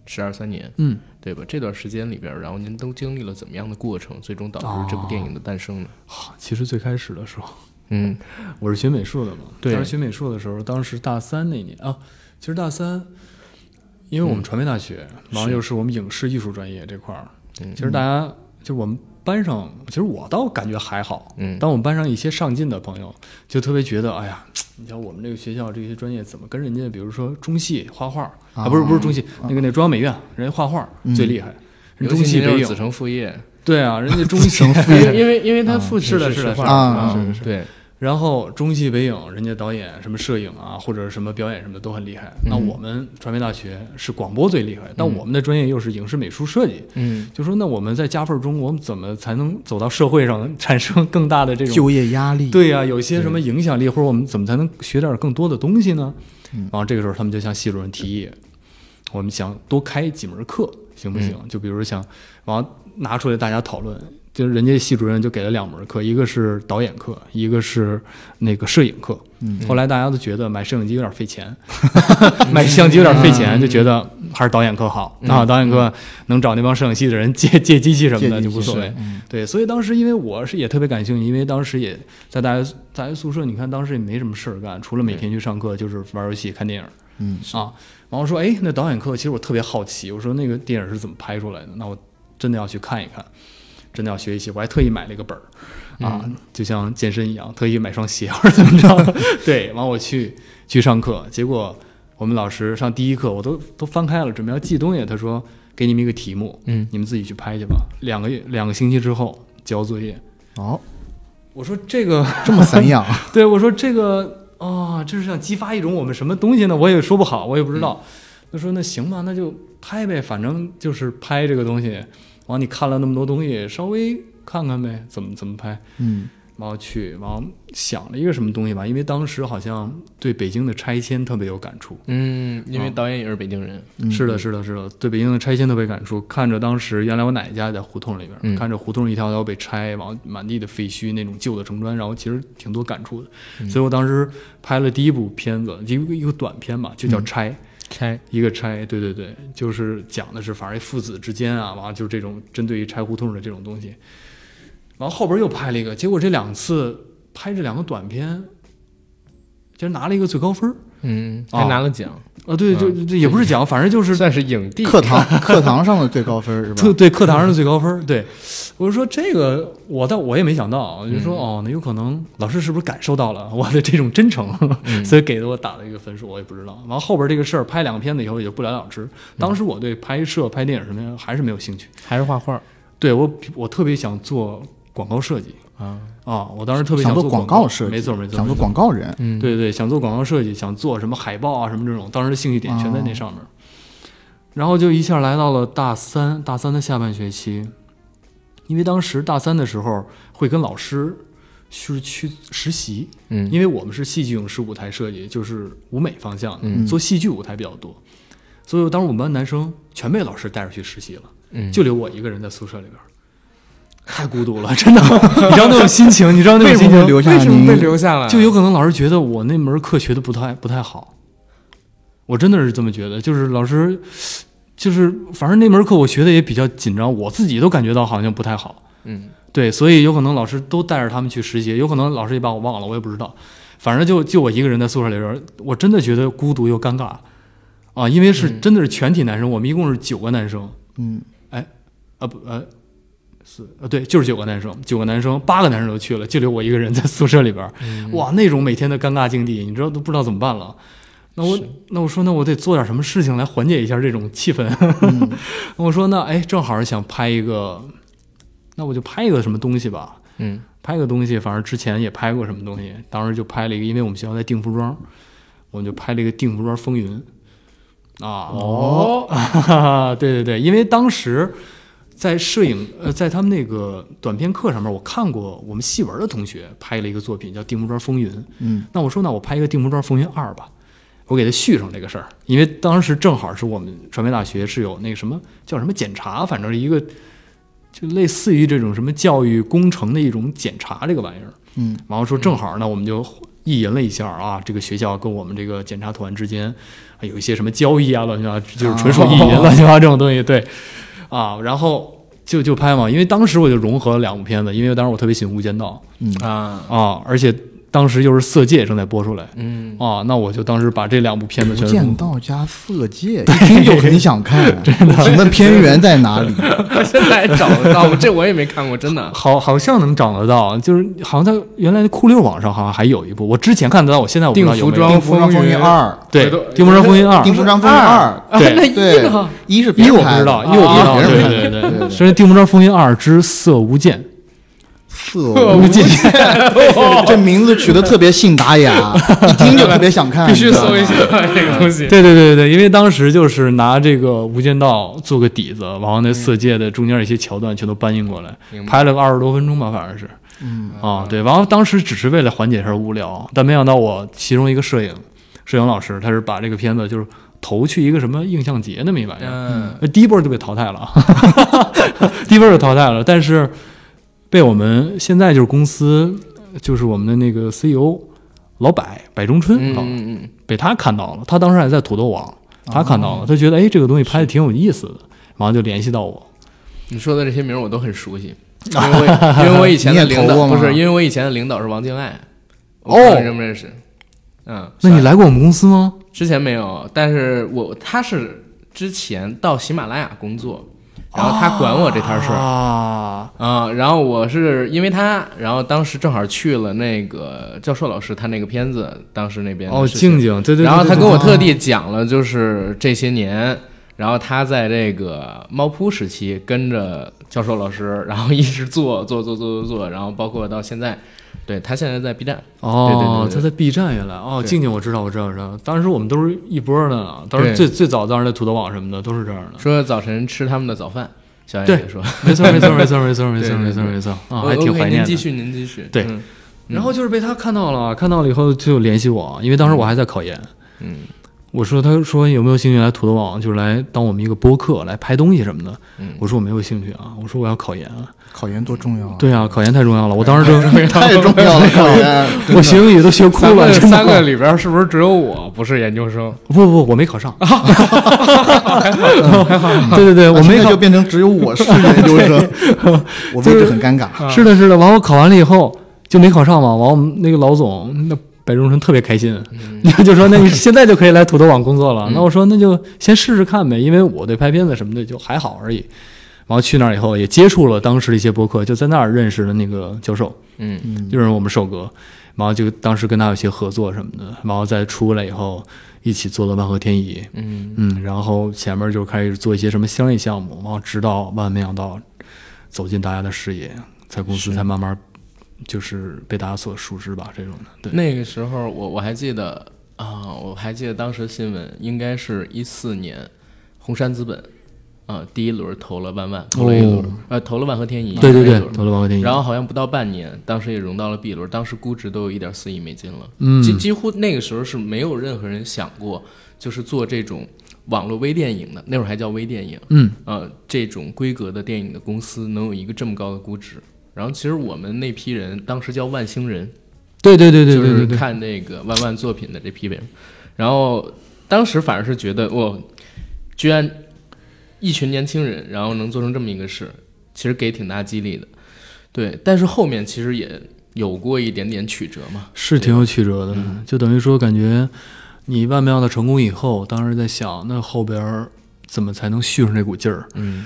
A: 十二三年，
C: 嗯，
A: 对吧？这段时间里边儿，然后您都经历了怎么样的过程，最终导致这部电影的诞生呢？
C: 好，其实最开始的时候，
A: 嗯
C: 我是学美术的嘛，
A: 对
C: 当时学美术的时候，当时大三那年啊，其实大三，因为我们传媒大学，然后又是我们影视艺术专业这块儿，
A: 嗯
C: 其实大家就是我们班上，其实我倒感觉还好，
A: 嗯
C: 但我们班上一些上进的朋友就特别觉得，哎呀，你像我们这个学校这些专业怎么跟人家，比如说中戏画画啊，不是不是中戏，那个那中央美院人家画画最厉害，人
A: 嗯尤
C: 中
A: 其
C: 戏
A: 您又
C: 北
A: 是子
C: 影，
A: 承父业，
C: 对啊，人家中戏
A: 因为因为因为他父亲
C: 是的是的
A: 啊是画
B: 的
C: 是
A: 家
B: 啊
A: 嘛
C: 是是是
A: 对，
C: 然后中戏北影，人家导演什么摄影啊，或者什么表演什么的都很厉害。那我们传媒大学是广播最厉害，但我们的专业又是影视美术设计。
A: 嗯，
C: 就说那我们在夹缝中，我们怎么才能走到社会上，产生更大的这种
B: 就业压力，
C: 对呀、啊有些什么影响力，或者我们怎么才能学点更多的东西呢？
B: 嗯
C: 然后这个时候他们就向系主任提议，我们想多开几门课，行不
B: 嗯
C: 行？就比如想，然后拿出来大家讨论。就是人家系主任就给了两门课，一个是导演课，一个是那个摄影课。
B: 嗯
C: 后来大家都觉得买摄影机有点
B: *laughs*
C: 费钱，买相机有点费
B: 嗯
C: 钱，就觉得还是导演课好啊。导演课能找那帮摄影系的人借借机器什么
B: 借
C: 的
B: 机
C: 就无
B: 器
C: 所谓。对，所以当时因为我是也特别感兴趣，因为当时也在大学大学宿舍，你看当时也没什么事儿干，除了每天去上课就是玩游戏、看电影。
B: 嗯
C: 啊，然后说，哎，那导演课，其实我特别好奇，我说那个电影是怎么拍出来的？那我真的要去看一看，真的要学一学。我还特意买了一个本儿啊，就像健身一样，特意买双鞋或者怎么着。对，完我去去上课，结果我们老师上第一课，我都都翻开了，准备要记东西，他说给你们一个题目，
A: 嗯，
C: 你们自己去拍去吧。两个月两个星期之后交作业，
B: 哦，
C: 我说这 *laughs* 个。
B: 这么散养，啊
C: 对我说这个啊、这是想激发一种我们什么东西呢？我也说不好，我也不知道。他说那行吧，那就拍呗，反正就是拍这个东西。完，你看了那么多东西，稍微看看呗，怎么怎么拍。
B: *laughs* 嗯，
C: 然后去，然后想了一个什么东西吧，因为当时好像对北京的拆迁特别有感触。
A: 嗯，因为导演也是北京人，
B: 嗯
C: 是的，是的，是的，嗯对北京的拆迁特别感触。看着当时原来我奶奶家在胡同里边，
A: 嗯
C: 看着胡同一条条被拆，然后满地的废墟那种旧的城砖，然后其实挺多感触的。所以我当时拍了第一部片子，一个一个短片嘛，就叫《拆》。
A: 拆
C: 一个拆，对对对，就是讲的是反正父子之间啊，完了就是这种针对于拆胡同的这种东西。完后边又拍了一个，结果这两次拍这两个短片，竟然拿了一个最高分儿
A: 嗯，还拿了奖，
C: 啊！对，就这也不是奖，反正就是
A: 算是影帝。
B: 课堂 *laughs* 课堂上的最高分是吧
C: 对？对，课堂上的最高分儿。对，我就说这个，我倒我也没想到，我就
B: 嗯
C: 说、哦，那有可能老师是不是感受到了我的这种真诚，
B: 嗯
C: 所以给了我打了一个分数，我也不知道。完后边这个事儿拍两个片子以后也就不了了
B: 嗯
C: 之。当时我对拍摄、拍电影什么呀还是没有兴趣，
A: 还是画画
C: 对我我特别想做广告设计
A: 啊，
C: 啊，我当时特别
B: 想
C: 做
B: 做广
C: 告
B: 告设计，
C: 没错没错，
B: 想
C: 没
B: 做
C: 错
B: 广告人，
A: 嗯，
C: 对对，想做广告设计，想做什么海报啊什么这种，当时的兴趣点全在那上面。然后就一下来到了大三，大三的下半学期，因为当时大三的时候会跟老师是去实习，
A: 嗯
C: 因为我们是戏剧影视舞台设计，就是舞美方向的，
A: 嗯
C: 做戏剧舞台比较多，所以当时我们班男生全被老师带着去实习了。
A: 嗯，
C: 就留我一个人在宿舍里边儿，太孤独了，真的。 *laughs* 你知道那种心情，你知道那
B: 为
C: 种
B: 什
C: 心
B: 么
C: 情，
B: 留下
A: 为什么
B: 您
A: 被留下了？啊
C: 就有可能老师觉得我那门课学的不太不太好，我真的是这么觉得，就是老师，就是反正那门课我学的也比较紧张，我自己都感觉到好像不太好。
A: 嗯
C: 对，所以有可能老师都带着他们去实习，有可能老师也把我忘了，我也不知道。反正就就我一个人在宿舍里边儿，我真的觉得孤独又尴尬啊，因为是真的是全体男生，我们一共是九个男生，
B: 嗯，
C: 啊不呃，是呃对，就是九个男生，九个男生，八个男生都去了，就留我一个人在宿舍里边儿，哇，那种每天的尴尬境地，你知道都不知道怎么办了。那我那我说那我得做点什么事情来缓解一下这种气氛。我说 *laughs* 那哎，正好是想拍一个，那我就拍一个什么东西吧，
A: 嗯
C: 拍个东西，反正之前也拍过什么东西，当时就拍了一个，因为我们学校在定服装，我们就拍了一个定服装风云啊。
A: 哦，
C: *laughs* 对对对，因为当时在摄影呃，在他们那个短片课上面，我看过我们戏文的同学拍了一个作品叫《定服装风云》。
B: 嗯，
C: 那我说那我拍一个《定服装风云二》吧，我给他续上这个事儿，因为当时正好是我们传媒大学是有那个什么叫什么检查，反正是一个就类似于这种什么教育工程的一种检查这个玩意儿。
B: 嗯，
C: 然后说正好呢，我们就意淫了一下啊，这个学校跟我们这个检查团之间啊有一些什么交易啊，乱七八糟，就是纯属意
B: 啊
C: 淫，乱七八糟这种东西，对，啊，然后就就拍嘛，因为当时我就融合了两部片子，因为当时我特别喜欢《无间道
A: 啊》，
C: 啊，而且当时又是《色戒》正在播出来
A: 嗯， *laughs*
C: 啊，那我就当时把这两部片子
B: 不
C: 全
B: 见
C: 融
B: 道家色
C: *laughs*
B: 戒，一听就很想看。请问片源在哪里？
A: 现在还找得到吗？这我也没看过，真
C: *laughs*
A: 的。
C: 好，好像能找得到，就是好像在原来的酷六网上好像还有一部，我之前看得到，我现在我不知道有没有。
A: 定服装
B: 定服装风
A: 风
B: 云
A: 云
B: 二，
C: 对，
A: 回头
C: 《定服装风云二》
B: 定服装风云二，
A: 啊
C: 对
A: 那一
B: 对
A: 个，
B: 一是别
C: 一
B: 人
C: 我不
B: 拍
C: 知
B: 的
C: 道，
A: 啊
C: 一我不知道，
B: 别人拍的
C: 对对
B: 对对
C: 对，所以《定服装风云二之色无间 *laughs*
B: 色
A: 无
C: 间
B: *laughs* 这名字取得特别信达
C: *laughs*
B: 雅，一听就特别想看，
A: 必须
B: 你知道
A: 搜一
B: 吗
A: 下这个东西。
C: 对对对对，因为当时就是拿这个《无间道》做个底子，然后那色戒的中间一些桥段全都搬运过来，
A: 明白
C: 拍了个二十多分钟吧，反正是。嗯啊，对，然后当时只是为了缓解一下无聊，但没想到我其中一个摄影摄影老师，他是把这个片子就是投去一个什么映像节那么一玩意儿，
A: 嗯，
C: 呃第一波就被淘汰了 *laughs* 啊，第一波就淘汰了，但是被我们现在就是公司就是我们的那个 CEO 老柏柏中春
A: 嗯
C: 啊，
A: 嗯嗯，
C: 被他看到了，他当时还在土豆网，他看到了，他觉得哎这个东西拍的挺有意思的，马上就联系到我。
A: 你说的这些名儿我都很熟
C: *laughs*
A: 悉，因为我因为我以前的
B: 你也
A: 领
B: 投过
A: 导
B: 吗
A: 不是，因为我以前的领导是王静爱，我不知道你认不认识？嗯，
C: 哦那你来过我们公司吗？
A: 之前没有，但是我他是之前到喜马拉雅工作，然后他管我这摊事儿。
C: 啊，
A: 啊、然后我是因为他，然后当时正好去了那个教授老师他那个片子，当时那边的
C: 哦，
A: 事情
C: 静静，对对对。
A: 然后他
C: 对
A: 跟我
C: 对
A: 特地讲了，就是这些年，然后他在这个猫扑时期跟着教授老师，然后一直做做做做做做，然后包括到现在，对他现在在 B 站，对对
C: 哦
A: 对，对
C: 他在 B 站原来哦，
A: 对
C: 静静我知道我知道我知道，当时我们都是一波的，当时
A: 对
C: *laughs* 最最早当时在土豆网什么的都是这样的。
A: 说早晨吃他们的早饭，小艾
C: 对
A: 姐说，
C: 没错，没错，没错，没错，没
A: 对
C: 错，
A: 对
C: 没错，
A: 对
C: 没错啊，
A: *laughs* 哦
C: 还挺
A: OK，
C: 怀念
A: 您继
C: 的。
A: 续，您继续。
C: 对
A: 嗯，
C: 然后就是被他看到了，看到了以后就联系我，因为当时我还在考研。
A: 嗯
C: 我说，他说有没有兴趣来土豆网，就是来当我们一个播客，来拍东西什么的。
A: 嗯，
C: 我说我没有兴趣啊，我说我要考研啊。
B: 考研多重要
A: 哦
B: 啊！
C: 对啊，考研太重要了，我当时就
B: 太重要了，考
C: *laughs*
B: 研。
C: 我学英语都学哭
A: 三
C: 了，
A: 个
C: 真的
A: 三个里边是不是只有我不是研究生？
C: 不不不，我没考
A: *laughs*
C: 上。对对对，呃我没
B: 现在就
C: 考。
B: 变成只有我是研
C: *laughs*
B: 究生， *laughs* 我位置很尴尬。
A: 啊
C: 是的，是的。完我考完了以后就没考上嘛。完我们那个老总那白中生特别开心， *laughs* 就说那你现在就可以来土豆网工作了。那我说那就先试试看呗，因为我对拍片子什么的就还好而已。然后去那儿以后也接触了当时的一些播客，就在那儿认识了那个教授，
A: 嗯
C: 就是我们瘦哥。然后就当时跟他有些合作什么的，然后再出来以后一起做了万和天宜，
A: 嗯
C: 嗯，然后前面就开始做一些什么商业项目，然后直到万万没想到走进大家的视野，在公司才慢慢就是被大家所熟知吧，这种的。对，
A: 那个时候我我还记得啊，我还记得当时新闻应该是一四年，红杉资本啊第一轮投了万万，投了一轮，呃投了万和天宜，
C: 哦对
A: 投了
C: 对
A: 一
C: 对，
A: 轮
C: 投了万和电影。
A: 然后好像不到半年，当时也融到了 B 轮，当时估值都有一点四亿美金了。
C: 嗯
A: 几几乎那个时候是没有任何人想过，就是做这种网络微电影的，那会儿还叫微电影，
C: 嗯，
A: 呃，这种规格的电影的公司能有一个这么高的估值。然后其实我们那批人当时叫万星人，
C: 对对对对对对
A: 就
C: 对
A: 是，看那个万万作品的这批人，然后当时反而是觉得我居然一群年轻人，然后能做成这么一个事，其实给挺大激励的。对，但是后面其实也有过一点点曲折嘛。
C: 是挺有曲折的，就等于说感觉你万妙的成功以后，当时在想那后边儿怎么才能续上这股劲儿，
A: 嗯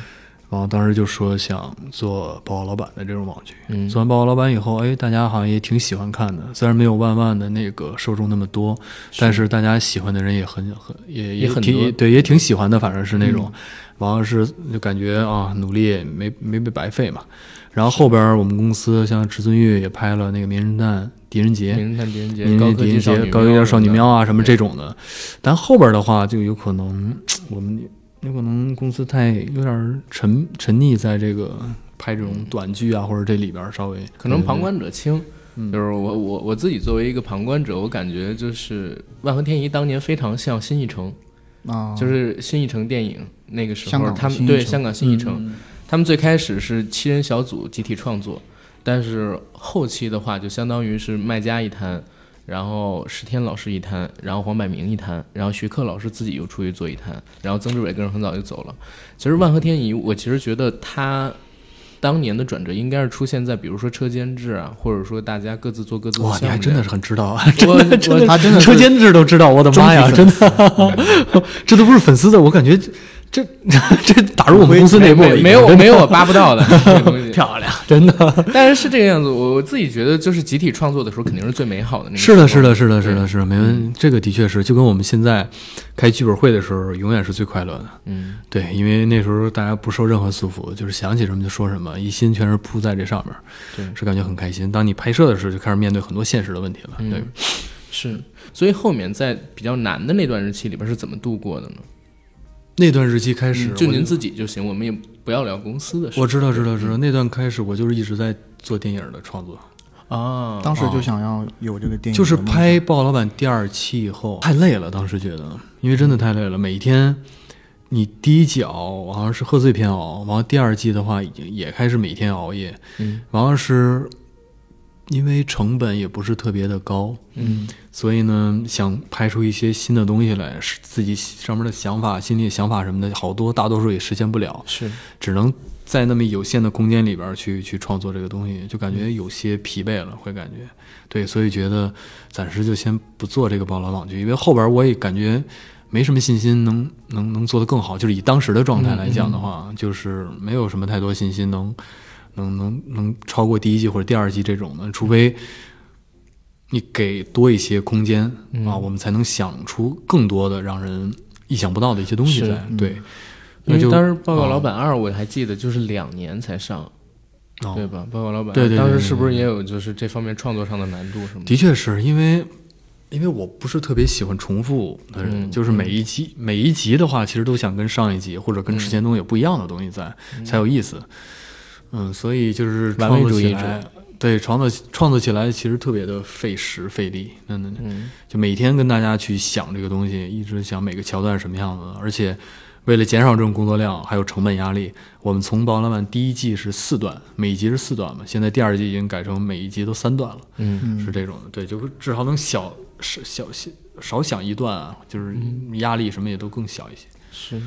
C: 然后当时就说想做报告老板的这种网剧。
A: 嗯
C: 做完报告老板以后，哎，大家好像也挺喜欢看的，虽然没有万万的那个受众那么多，但是大家喜欢的人也很很也
A: 也很
C: 挺
A: 多嗯
C: 对，也挺喜欢的，反正是那种，完了是就感觉啊，努力也没没被白费嘛。然后后边儿我们公司像池尊玉也拍了那个《名侦探狄仁杰》，
A: 名侦探狄仁杰、
C: 因
A: 高
C: 为
A: 科
C: 狄
A: 技
C: 仁
A: 少
C: 杰、
A: 女、
C: 高科技少女喵啊什么
A: 对
C: 这种的，但后边的话就有可能我们有可能公司太有点沉沉溺在这个拍这种短剧啊，或者这里边儿稍微
A: 嗯可能旁观者清。
C: 嗯
A: 就是我我我自己作为一个旁观者，我感觉就是万和天宜当年非常像新艺城，
B: 啊，
A: 就是新艺城电影那个时
B: 香
A: 候，
B: 港
A: 他们
B: 新艺
A: 对
B: 城
A: 哦香港新艺城，他们最开始是七人小组集体创作，但是后期的话就相当于是麦家一摊，然后石天老师一摊，然后黄百鸣一摊，然后徐克老师自己又出去做一摊，然后曾志伟个人很早就走了。其实万和天宜，我其实觉得他。当年的转折应该是出现在，比如说车间制啊，或者说大家各自做各自的
C: 哇，
A: 项目这样。
C: 你还真的是很知道
A: *laughs*
C: 啊！
A: 我
C: 真的
B: 他
C: *laughs*
B: 真的是
C: 车间制都知道，我的妈呀，
B: 忠
C: 真的，
A: 啊
C: *laughs* 这都不是粉丝的，我感觉这 *laughs* 这打入我们公司内部
A: 没没没有
C: 真的
A: 没有我扒不到的这个东西。
C: 漂亮，真的
A: *laughs* 但是是这个样子，我我自己觉得，就是集体创作的时候，肯定是最美好的那个。
C: 是的，是，的，是的，是的，是的，没
A: 嗯
C: 问，这个的确是，就跟我们现在开剧本会的时候，永远是最快乐的。
A: 嗯，
C: 对，因为那时候大家不受任何束缚，就是想起什么就说什么，一心全是扑在这上面，
A: 对
C: 是感觉很开心。当你拍摄的时候，就开始面对很多现实的问题了。
A: 嗯
C: 对，
A: 是。所以后面在比较难的那段日期里边是怎么度过的呢？嗯
C: 那段时期开始，
A: 就
C: 我
A: 您自己就行，我们也不要聊公司的事
C: 我知道，知道，知道。那段开始，我就是一直在做电影的创作，
A: 啊。
B: 当时就想要有这个电影，
C: 就是拍《鲍老板》第二期以后太累了，当时觉得，因为真的太累了，每一天。你第一季熬，好像是贺岁片熬，完了第二季的话也也开始每天熬夜，
A: 嗯
C: 完了是因为成本也不是特别的高，
A: 嗯
C: 所以呢，想拍出一些新的东西来，是自己上面的想法、心里的想法什么的，好多大多数也实现不了，
A: 是
C: 只能在那么有限的空间里边儿去去创作这个东西，就感
A: 嗯
C: 觉有些疲惫了，会感觉对，所以觉得暂时就先不做这个暴老网剧，因为后边我也感觉没什么信心能能能做得更好，就是以当时的状态
A: 嗯
C: 来讲的话，就是没有什么太多信心能能能能超过第一季或者第二季这种的，除非。你给多一些空间、
A: 嗯
C: 啊，我们才能想出更多的让人意想不到的一些东西
A: 是嗯
C: 来。对，
A: 因
C: 那
A: 为
C: 就啊
A: 当时《报告老板二》我还记得就是两年才上，
C: 哦
A: 对吧？《报告老板二》
C: 对对对
A: 当时
C: 对
A: 是不是也有就是这方面创作上的难度什么的？
C: 的确是因为因为我不是特别喜欢重复的人，
A: 嗯
C: 就是每一集、每一集的话，其实都想跟上一集或者跟
A: 嗯
C: 之前东西有不一样的东西在、才有意思。嗯，所以就是
A: 完
C: 创
A: 美
C: 作
A: 主
C: 起
A: 义
C: 来，对创作创作起来其实特别的费时费力，真的，
A: 嗯
C: 就每天跟大家去想这个东西，一直想每个桥段什么样子的，而且。为了减少这种工作量，还有成本压力，我们从《宝莱曼》第一季是四段，每一集是四段嘛，现在第二季已经改成每一集都三段了。
A: 嗯
C: 是这种的，对，就至少能小少小小少想一段啊，就是
A: 嗯
C: 压力什么也都更小一些。
A: 是，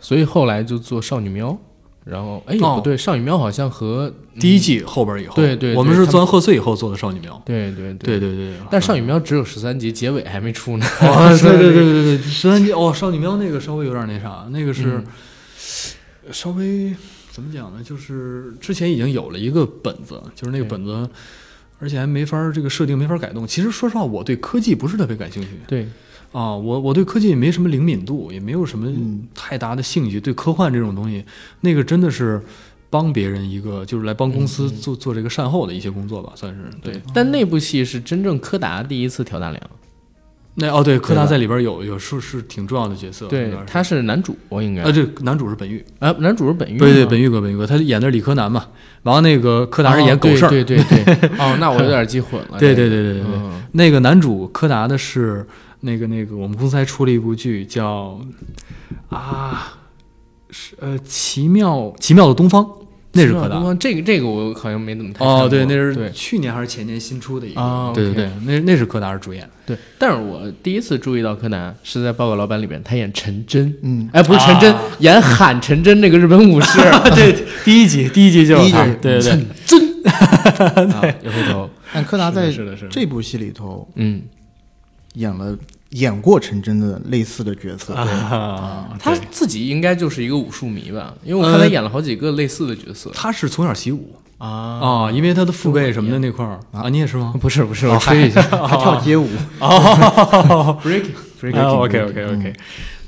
A: 所以后来就做少女喵，然后哎
C: 哦
A: 不对，少女喵好像和
C: 第一季后边以后，
A: 嗯对对
C: 我们
A: 对
C: 是
A: 他
C: 做完贺岁以后做的少女喵，
A: 对对对
C: 对对对。
A: 但少女喵只有十三集，结尾还没出呢。
C: *laughs* 哦，对对对对对，
A: *laughs*
C: 十三集哦，少女喵那个稍微有点那啥，那个是
A: 嗯
C: 稍微怎么讲呢？就是之前已经有了一个本子，就是那个
A: 对
C: 本子，而且还没法儿这个设定没法儿改动。其实说实话，我对科技不是特别感兴趣，
A: *laughs* 对，
C: 啊，我我对科技也没什么灵敏度，也没有什么
B: 嗯
C: 太大的兴趣。对科幻这种东西，那个真的是帮别人一个，就是来帮公司做、做这个善后的一些工作吧，算是对。
A: 对，但那部戏是真正柯达第一次挑大梁，
C: 那哦，对，柯
A: 对
C: 达
A: 吧
C: 在里边有有是是挺重要的角色，
A: 对
C: 里边，是
A: 他是男主，我应该
C: 啊，对，男主是本玉，
A: 啊，男主是本玉吗，
C: 对对，本玉哥，本玉哥，他演的是理科男嘛，然后那个柯达是演狗事儿、
A: 哦对对对
C: *laughs*
A: 对，哦，那我有点记混了，
C: 对
A: 这个
C: 对对对对对
A: 嗯
C: 那个男主柯达的是那个那个，我们公司还出了一部剧叫啊，是呃奇妙奇妙的东方，那是柯
A: 东
C: 达。
A: 方这个这个我好像没怎么太看
C: 哦，
A: 过
C: 对，那
A: 对
C: 是去年还是前年新出的一个，
A: 啊
C: 对对
A: OK
C: 对，那那是柯达是主演，
A: 对，但是我第一次注意到柯南是在《报告老板》里边，他演陈真，
B: 嗯，
A: 哎，不是陈真，
C: 啊
A: 演喊陈真那个日本武士，
C: *laughs*
A: *laughs*
C: 对，第一集第一集就
B: 第
C: 是
B: 一集
C: 他，对对对，
A: 啊，有回头，
B: 但柯达在
C: 是的是的
B: 这部戏里头
A: 嗯，
B: 演了演过陈真的类似的角色，
C: 啊，
A: 他
C: 对
A: 自己应该就是一个武术迷吧，因为我看他
C: 呃
A: 演了好几个类似的角色
C: 他是从小习武
A: 啊，
C: 啊，因为他的父辈什么的那块儿啊，你也是吗？
A: *laughs* 不是不是，我吹一下
B: 他跳街舞，
C: *laughs*
A: *laughs*
C: 哦
A: ，breaking breaking，
C: o k OK OK，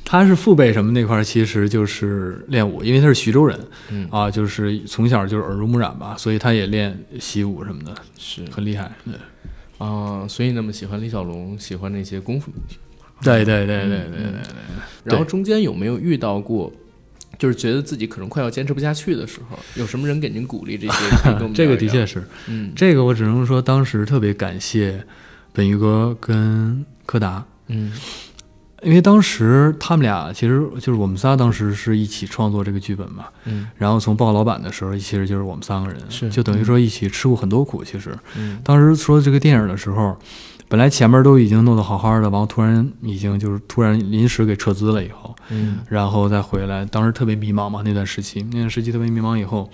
C: 他是父辈什么那块儿，其实就是练武，因为他是徐州人，
A: 嗯
C: 啊，就是从小就是耳濡目染吧，所以他也练习武什么的，
A: 是
C: 很厉害。对嗯
A: 啊，所以那么喜欢李小龙，喜欢那些功夫
C: 对对对对
A: 嗯
C: 对对，
A: 然后中间有没有遇到过， *laughs* 就是觉得自己可能快要坚持不下去的时候，有什么人给您鼓励这
C: *laughs*
A: 些推动？
C: 这个的确，是，
A: 嗯
C: 这个我只能说当时特别感谢本玉哥跟柯达，
A: 嗯
C: 因为当时他们俩其实就是我们仨当时是一起创作这个剧本嘛，
A: 嗯
C: 然后从报老板的时候，其实就是我们三个人，
A: 是
C: 就等于说一起吃过很多苦，其实。
A: 嗯
C: 当时说这个电影的时候，本来前面都已经弄得好好的，然后突然已经就是突然临时给撤资了以后，
A: 嗯
C: 然后再回来，当时特别迷茫嘛，那段时期，那段时期特别迷茫以后，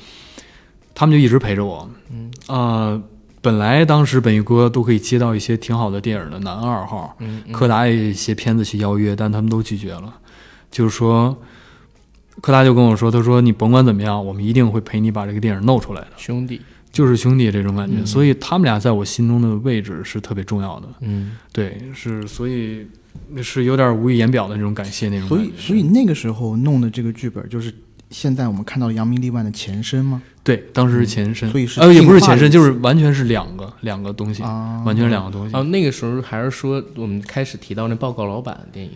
C: 他们就一直陪着我，
A: 嗯
C: 呃，本来当时本玉哥都可以接到一些挺好的电影的男二号，
A: 嗯，
C: 柯达也有一些片子去邀约，但他们都拒绝了，就是说。柯达就跟我说：“他说你甭管怎么样，我们一定会陪你把这个电影弄出来的。”
A: 兄弟，
C: 就是兄弟这种感觉，
B: 嗯
C: 所以他们俩在我心中的位置是特别重要的。
A: 嗯
C: 对，是所以是有点无以言表的那种感谢那种
B: 所
C: 感
B: 以
C: 觉。
B: 所以那个时候弄的这个剧本就是现在我们看到的扬名立万的前身吗？
C: 对，当时是前
B: 嗯
C: 身，
B: 所以是
C: 呃也不是
B: 进化
C: 前身，
B: 的
C: 就是完全是两个两个东西，
B: 啊
C: 完全是两个东西。
A: 哦，那个时候还是说我们开始提到那报告老板的电影，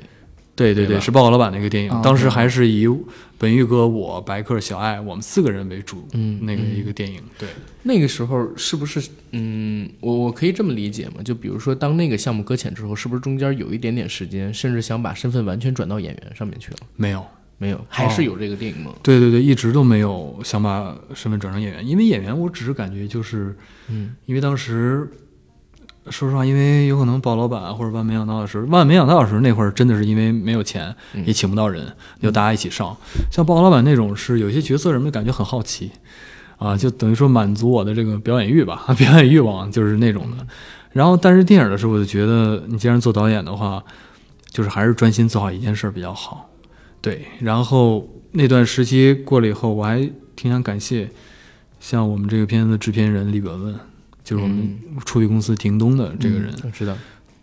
C: 对对
A: 对吧
C: 对，是报告老板那个电影，
B: 啊
C: 当时还是以本玉哥、我、白客、小爱我们四个人为主，
A: 嗯
C: 那个
A: 嗯
C: 一个电影。对，
A: 那个时候是不是嗯，我我可以这么理解吗？就比如说当那个项目搁浅之后，是不是中间有一点点时间，甚至想把身份完全转到演员上面去了？
C: 没有。
A: 没有，还是有这个电影梦。
C: 对对对，一直都没有想把身份转成演员，因为演员我只是感觉就是，
A: 嗯，
C: 因为当时说实话，因为有可能鲍老板或者万没想到的是，万没想到的是那会儿真的是因为没有钱，也请不到人，就大家一起上。像鲍老板那种是有些角色人们感觉很好奇，啊，就等于说满足我的这个表演欲吧， *laughs* 表演欲望就是那种的。然后，但是电影的时候，我就觉得你既然做导演的话，就是还是专心做好一件事儿比较好。对，然后那段时期过了以后，我还挺想感谢像我们这个片子的制片人李本问，就是我们出于公司停东的这个人，
A: 我知道，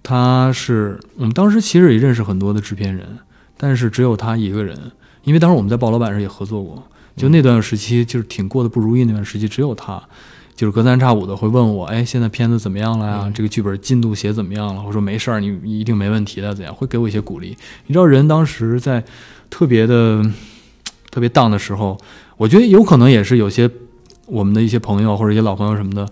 C: 他是我们当时其实也认识很多的制片人，但是只有他一个人，因为当时我们在鲍老板上也合作过，就那段时期就是挺过得不如意那段时期，只有他，就是隔三差五的会问我，哎，现在片子怎么样了呀？这个剧本进度写怎么样了？我说没事儿，你你一定没问题的，怎样？会给我一些鼓励。你知道，人当时在特别的、特别荡的时候，我觉得有可能也是有些我们的一些朋友或者一些老朋友什么的，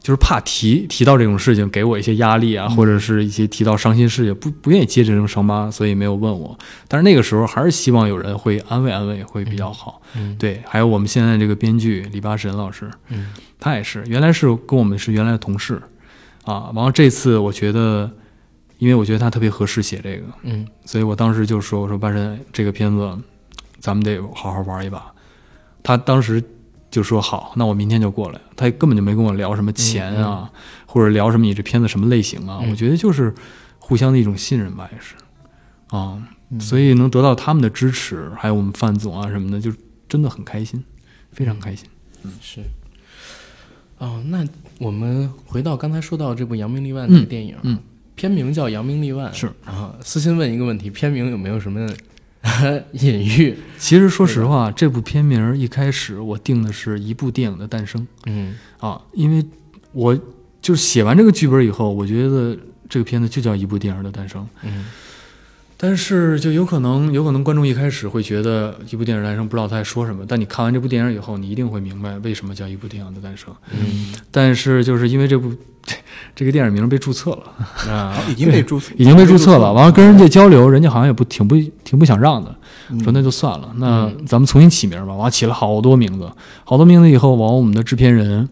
C: 就是怕提提到这种事情，给我一些压力啊，
A: 嗯
C: 或者是一些提到伤心事也不不愿意接这种伤疤，所以没有问我。但是那个时候还是希望有人会安慰安慰，会比较好。
A: 嗯
C: 对，还有我们现在这个编剧李八神老师，
A: 嗯，
C: 他也是，原来是跟我们是原来的同事，啊，然后这次我觉得，因为我觉得他特别合适写这个，
A: 嗯，
C: 所以我当时就说，我说八神这个片子，咱们得好好玩一把。他当时就说好，那我明天就过来。他根本就没跟我聊什么钱啊，或者聊什么你这片子什么类型啊。
A: 嗯
C: 我觉得就是互相的一种信任吧，也是啊，
B: 嗯
C: 所以能得到他们的支持，还有我们范总啊什么的，就真的很开心，非常开心。
A: 是。哦，那我们回到刚才说到这部《扬名立万》这个
C: 嗯
A: 电影，啊
C: 嗯
A: 片名叫《扬名立万》
C: 是
A: 啊。私信问一个问题：片名有没有什么 *laughs* 隐喻？
C: 其实说实话，这部片名儿一开始我定的是一部电影的诞生。
A: 嗯
C: 啊，因为我就是写完这个剧本以后，我觉得这个片子就叫一部电影的诞生。
A: 嗯
C: 但是就有可能，有可能观众一开始会觉得一部电影的诞生不知道他在说什么，但你看完这部电影以后，你一定会明白为什么叫一部电影的诞生。
A: 嗯
C: 但是就是因为这部 *laughs* 这个电影名被注册了啊，
B: 已经被注
C: 已经被注册了，完了跟人家交流，人家好像也不挺不挺不想让的，
B: 嗯
C: 说那就算了，那咱们重新起名吧。完了起了好多名字，好多名字以后，完了我们的制片人，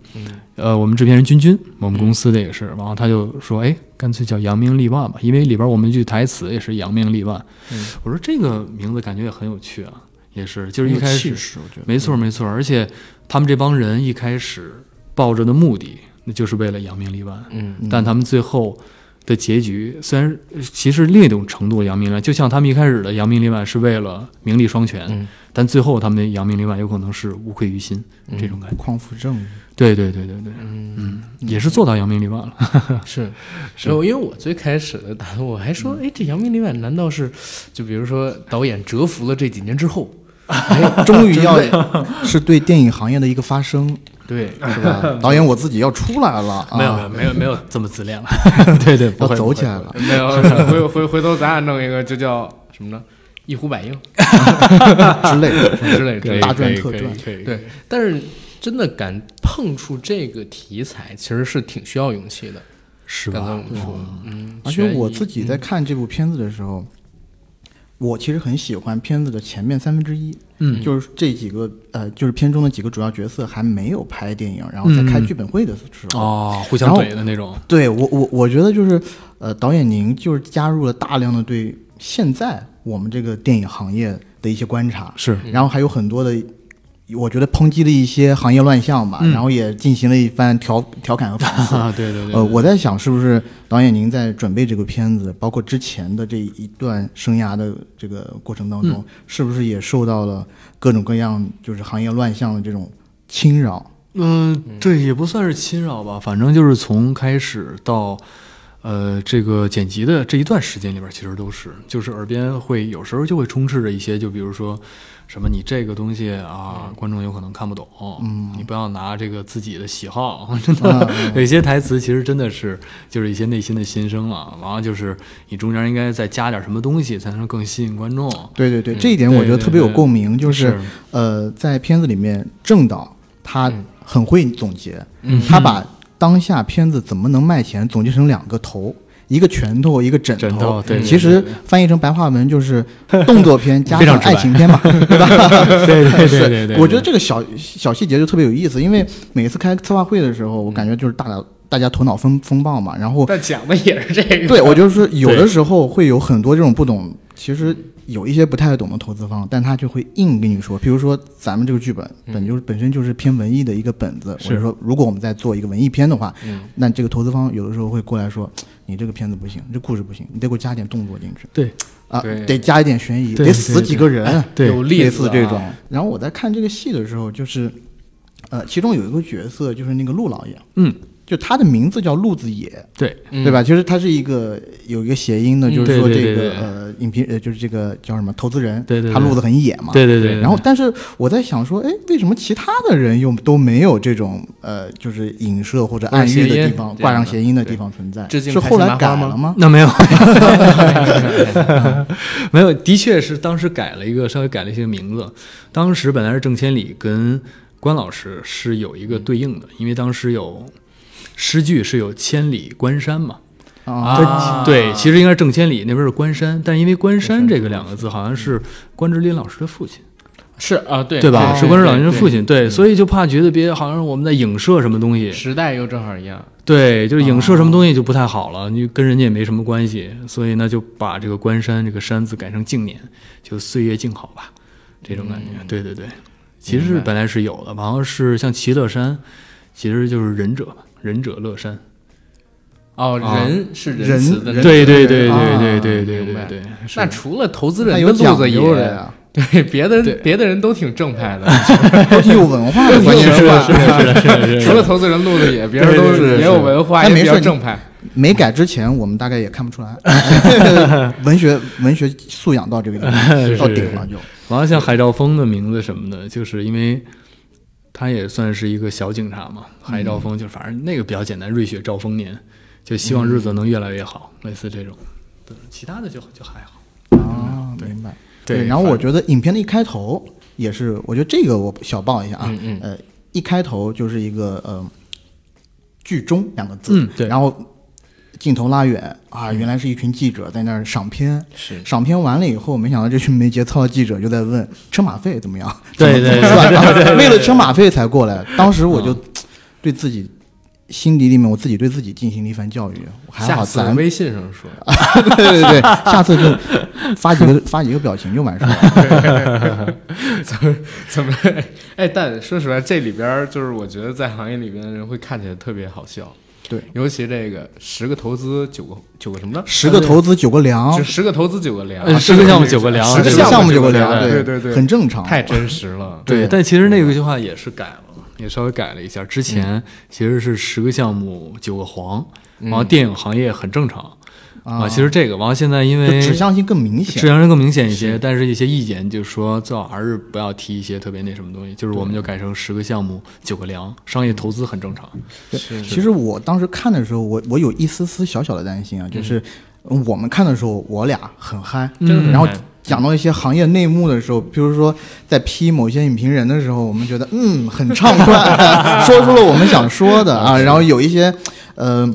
C: 呃，我们制片人君君，我们公司的也是，完了他就说，哎，干脆叫扬名立万吧，因为里边我们一句台词也是扬名立万。我说这个名字感觉也很有趣啊，也是，就是一开始
B: 气势，我觉得
C: 没错没错，而且他们这帮人一开始抱着的目的，那就是为了扬名立万。
A: 嗯
C: 但他们最后的结局虽然呃其实另一种程度的扬名立万，就像他们一开始的扬名立万是为了名利双全，
A: 嗯
C: 但最后他们的扬名立万有可能是无愧于心、
A: 嗯
C: 这种感觉。
B: 匡扶正义， *laughs*
C: 对对对对对，
A: 嗯，
C: 嗯，也是做到扬名立万了。
A: 是。然后因为我最开始的打算，我还说，
C: 嗯
A: 哎，这《扬名立万》难道是就比如说导演蛰伏了这几年之后，
B: 终于
C: *laughs*
B: 要是对电影行业的一个发声，
A: 对，
B: 是
C: *laughs*
B: 吧？导演我自己要出来了，啊
C: 没有没有没有没有这么自恋了，对对，不
B: 要
C: 会
B: 走起来了。
A: *laughs* 没
C: *laughs*
A: 有，回回回头咱俩弄一个，就叫什么呢？一呼百应
B: 之类
C: *laughs*
B: 的。
A: 之类之类的。
B: 大赚特赚
C: 可以
A: 对，但是真的敢碰触这个题材，其实是挺需要勇气的。
C: *laughs* 是
A: 刚才
C: 吧
A: 我？们说，嗯，
B: 而且我自
A: 己
B: 己在看这部片子的时候，我其实很喜欢片子的前面三分之一，
C: 嗯，
B: 就是这几个呃，就是片中的几个主要角色还没有拍电影，然后在开剧本会的时候，
C: 嗯哦，互相
B: 然后
C: 怼的那种，
B: 对我我我觉得就是呃，导演您就是加入了大量的对现在我们这个电影行业的一些观察，
C: 是
B: 然后还有很多的，我觉得抨击了一些行业乱象吧，
C: 嗯
B: 然后也进行了一番调调侃和反思。
C: 啊， *laughs* 对对对，
B: 呃，我在想，是不是导演您在准备这个片子，包括之前的这一段生涯的这个过程当中，是不是也受到了各种各样就是行业乱象的这种侵扰？
C: 嗯，对，也不算是侵扰吧，反正就是从开始到，呃，这个剪辑的这一段时间里边，其实都是，就是耳边会有时候就会充斥着一些，就比如说，什么你这个东西啊，观众有可能看不懂，嗯，你不要拿这个自己的喜好， *laughs* 真的，
B: 嗯
C: 有些台词其实真的是就是一些内心的心声了，完了就是你中间应该再加点什么东西，才能更吸引观众，
B: 对对对，这一点我觉得特别有共鸣，就是
C: 是
B: 呃，在片子里面，正导他
C: 嗯
B: 很会总结，
A: 嗯
B: 他把当下片子怎么能卖钱总结成两个头。一个拳头，一个枕头。
C: 枕头对
B: 其
C: 对
B: 实
C: 对对
B: 翻译成白话文就是动作片加
C: *laughs* 非
B: 上
C: 常直白
B: 爱情片嘛，对吧？
C: *laughs* 对对对对对，
B: *laughs* 我觉得这个小小细节就特别有意思，因为每次开策划会的时候，我感觉就是大家大家头脑风风暴嘛，然后
A: 但讲的也是这
C: *laughs*
A: 个。
B: 对我就是有的时候会有很多这种不懂，其实有一些不太懂的投资方，但他就会硬跟你说，比如说咱们这个剧本本就是本身就是偏文艺的一个本子，
C: 嗯是
B: 我就说如果我们在做一个文艺片的话，
A: 嗯
B: 那这个投资方有的时候会过来说，你这个片子不行，你这故事不行，你得给我加点动作进去
C: 对
B: 啊
C: 对，
B: 得加一点悬疑，得
C: 对对哎
B: 死几个人。
C: 对
A: 有例
B: 类
A: 子
B: 似
A: 啊
B: 这种。然后我在看这个戏的时候，就是，呃，其中有一个角色就是那个陆老爷，
C: 嗯，
B: 就他的名字叫陆子野，
C: 对
A: 嗯
B: 对吧？其实他是一个有一个谐音的，
C: 嗯
B: 就是说
C: 对对
B: 这
C: 对
B: 个
C: 对
B: 呃影评呃就是这个叫什么投资人，
C: 对对对
B: 他路子很野嘛。
C: 对对对，
B: 然后，但是我在想说，哎，为什么其他的人又都没有这种呃，就是影射或者暗喻的地方，
A: 挂
B: 挂
A: 上
B: 上
A: 谐
B: 谐音的
A: 对
B: 地方存在？
A: 致敬
B: 是
A: 开
B: 后
A: 心
B: 来
A: 麻
B: 改
A: 花吗
B: 了吗？
C: *laughs* 那没有，没有， *laughs* 的确是当时改了一个，稍微改了一些名字。当时本来是郑千里跟关老师是有一个对应的，因为当时有诗句是有“千里关山”嘛，
A: 啊
C: 它对，其实应该是郑千里那边是关山，但因为“关山”这个两个字好像是关之琳老师的父亲，
A: 是啊，对
C: 对吧？
A: 对
C: 是关之琳老师的
A: 对
C: 父亲，对，所以就怕觉得别好像我们在影射什么东西
A: 对，时代又正好一样，
C: 对，就是影
A: 哦
C: 射什么东西就不太好了，你跟人家也没什么关系，所以呢就把这个关山这个山字改成静年，就岁月静好吧，这种感觉。对对对，其
A: 嗯
C: 实
A: 明
C: 是
A: 白
C: 本来是有的，好像是像齐乐山，其实就是忍者嘛，忍者乐山。
A: 哦，
C: 啊
A: 人是
B: 人
A: 慈的那
B: 忍
A: 个
C: 对
A: 人
C: 对对
B: 啊
C: 对对对对
A: 明白
C: 对对，是
A: 那除了投资
B: 那
A: 人
B: 有
A: 的
B: 讲
A: 路子
B: 究
A: 野，
B: 的 *laughs* 呀，
A: 对 *laughs* 别的
C: 对
A: 人别的人都挺正派的，
B: 有文化的，
A: 有
B: 关
A: *laughs*
B: 键
A: 文化
B: *laughs* 是
C: 是的是的 *laughs* 是的
A: 除了投资人路子野，别人
C: 对
A: 都
C: 对对
A: 也有文化，
B: 那
A: 也
B: 没
A: 比较
B: 事
A: 正派。
B: 没改之前，我们大概也看不出来，文学文学素养到这个地方到顶了就。
C: 完了，像海兆峰的名字什么的，就是因为他也算是一个小警察嘛。海兆峰就反正那个比较简单，瑞雪兆丰年，就希望日子能越来越好，类似这种。对，其他的就就还好。
B: 啊，明白。
C: 对
B: 然后
C: 反
B: 我觉得影片的一开头也是，我觉得这个我小报一下啊，
A: 嗯
B: 呃，一开头就是一个呃“剧中”两个字，
C: 嗯对嗯
B: 然后镜头拉远啊，原来是一群记者在那儿赏片，
A: 是
B: 赏片完了以后，没想到这群没节操的记者就在问车马费怎么样，
C: 对对
B: 是吧
C: 对对对
B: *laughs*
C: 嗯
B: 为了车马费才过来，当时我就对自己。心底里面，我自己对自己进行了一番教育，还
A: 下
B: 好
A: 次
B: 咱
A: 微信上说，
B: *laughs* 对对对，下次就发几个发几个表情就完事儿了。
A: 怎么怎么？哎，但说实话，这里边儿就是我觉得在行业里边的人会看起来特别好笑，
B: 对，
A: 尤其这个十个投资九个九个什么呢？
B: 十个投资九个
A: 就
B: 凉，
A: 十个投资九个啊凉，
C: 呃十个项目九个凉
A: 十
B: 十
A: 个
B: 个
C: 这个
B: 项目
A: 九
B: 九个
A: 凉
B: 凉，，
A: 对
B: 对
A: 对，
B: 很正常。
A: 太真实了。
C: 对，
B: 对
C: 但其实那个句话也是改了，也稍微改了一下。之前其实是十个项目九个黄，然后电影行业很正常啊。其实这个，完了现在因
B: 就
C: 为
B: 指向性更明
C: 质
A: 啊
B: 显。
C: 量更明显一些，但是一些意见就说最好还是不要提一些特别那什么东西，就是我们就改成十个项目九个良，商业投资很正常。
B: 对其实我当时看的时候，我我有一丝丝小小的担心啊，就是我们看的时候，我俩很嗨，
A: 嗯真的很
B: 嗯然后
A: 嗨
B: 讲到一些行业内幕的时候，比如说在批某些影评人的时候，我们觉得嗯很畅
C: *laughs*
B: 快，说出了我们想说的啊，然后有一些呃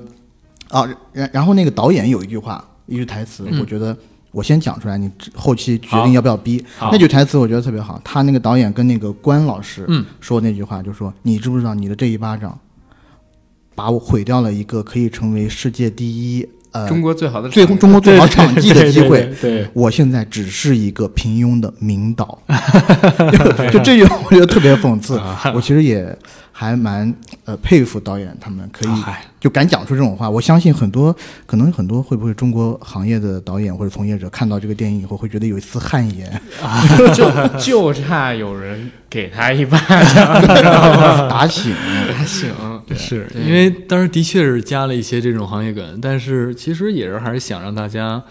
B: 啊，然然后那个导演有一句话，一句台
C: 嗯
B: 词，我觉得。我先讲出来，你后期决定要不要逼。
C: 好
B: 那句台词我觉得特别好，他那个导演跟那个关老师
C: 嗯
B: 说那句话，就说：“你知不知道你的这一巴掌，把我毁掉了一个可以成为世界第一呃
A: 中国最好的
B: 最
A: 产业
B: 中国最好场记的机会。
C: 对，
B: 我现在只是一个平庸的名导，就就这句话我觉得特别讽刺。我其实也还蛮呃佩服导演他们可以
C: 嗨
B: 就敢讲出这种话。我相信很多可能很多会不会中国行业的导演或者从业者看到这个电影以后会觉得有一丝汗颜，
A: *laughs* 就就差有人给他一巴
B: *laughs*
A: 掌，
B: 打醒。
A: 还行。
C: 是因为当时的确是加了一些这种行业梗，但是其实也是还是想让大家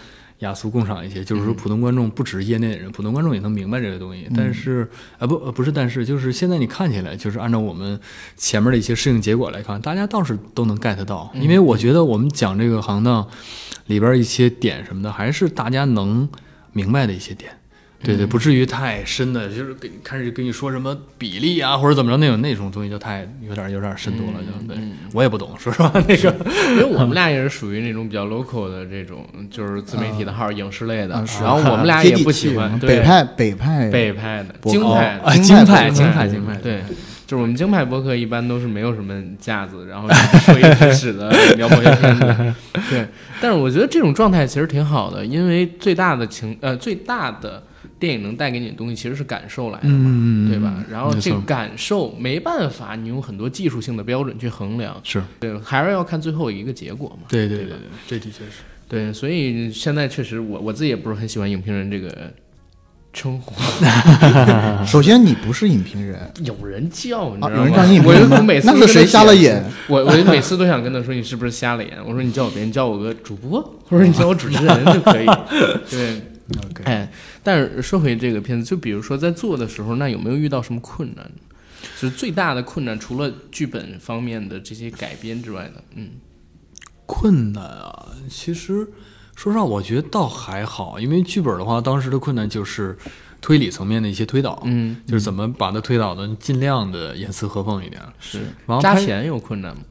C: 雅俗共赏一些，就是说普通观众不只是业内的人，普通观众也能明白这个东西。但是啊、呃不呃不是，但是就是现在你看起来，就是按照我们前面的一些适应结果来看，大家倒是都能 get 到，因为我觉得我们讲这个行当里边一些点什么的，还是大家能明白的一些点。对对，不至于太深的，就是给开始跟你说什么比例啊，或者怎么着那种那种东西，就太有点有点深度了，就对我也不懂，说实话，那个
A: 因为我们俩也是属于那种比较 local 的这种，就是自媒体的号、影视类的
B: 啊是，
A: 然后我们俩
B: 接
A: 也
B: 地
A: 不
B: 气
A: 喜欢对
B: 嗯北派北派
A: 北派的、
B: 博哦哎
A: 京
B: 客
A: 派的
C: *laughs* 啊，
A: 对
B: 京派
C: 京派京派
A: 对
C: 京派，
A: 对，就是我们京派博客一般都是没有什么架子，然后说一开始
C: *laughs*
A: 的聊某些片子，对。但是我觉得这种状态其实挺好的，因为最大的情呃最大的电影能带给你的东西其实是感受来的嘛，
C: 嗯
A: 对吧？然后
C: 没
A: 这个
C: 错
A: 感受没办法，你用很多技术性的标准去衡量，
C: 是
A: 对，还是要看最后一个结果嘛。
C: 对对对对，这的确是
A: 对，所以现在确实我我自己也不是很喜欢影评人这个称呼，嗯
B: 首先，你不是影评人，
A: 有人叫你知道
B: 啊
A: 吗？
B: 有人叫你影评人
A: 我
B: 吗
A: 我每次
B: 那是谁瞎了眼？
A: 我我每次都想跟他说你是不是瞎了眼？我说你叫我别人叫我个主播，或者你叫我主持人就可以。对，
C: OK
A: 哎，但是说回这个片子，就比如说在做的时候，那有没有遇到什么困难？就是最大的困难，除了剧本方面的这些改编之外呢？嗯，
C: 困难啊，其实说实话，我觉得倒还好，因为剧本的话，当时的困难就是推理层面的一些推导，
A: 嗯，
C: 就是怎么把它推导的尽量的严丝合缝一点。
A: 是
C: 然后
A: 扎
C: 拍
A: 钱有困难吗？
C: *laughs*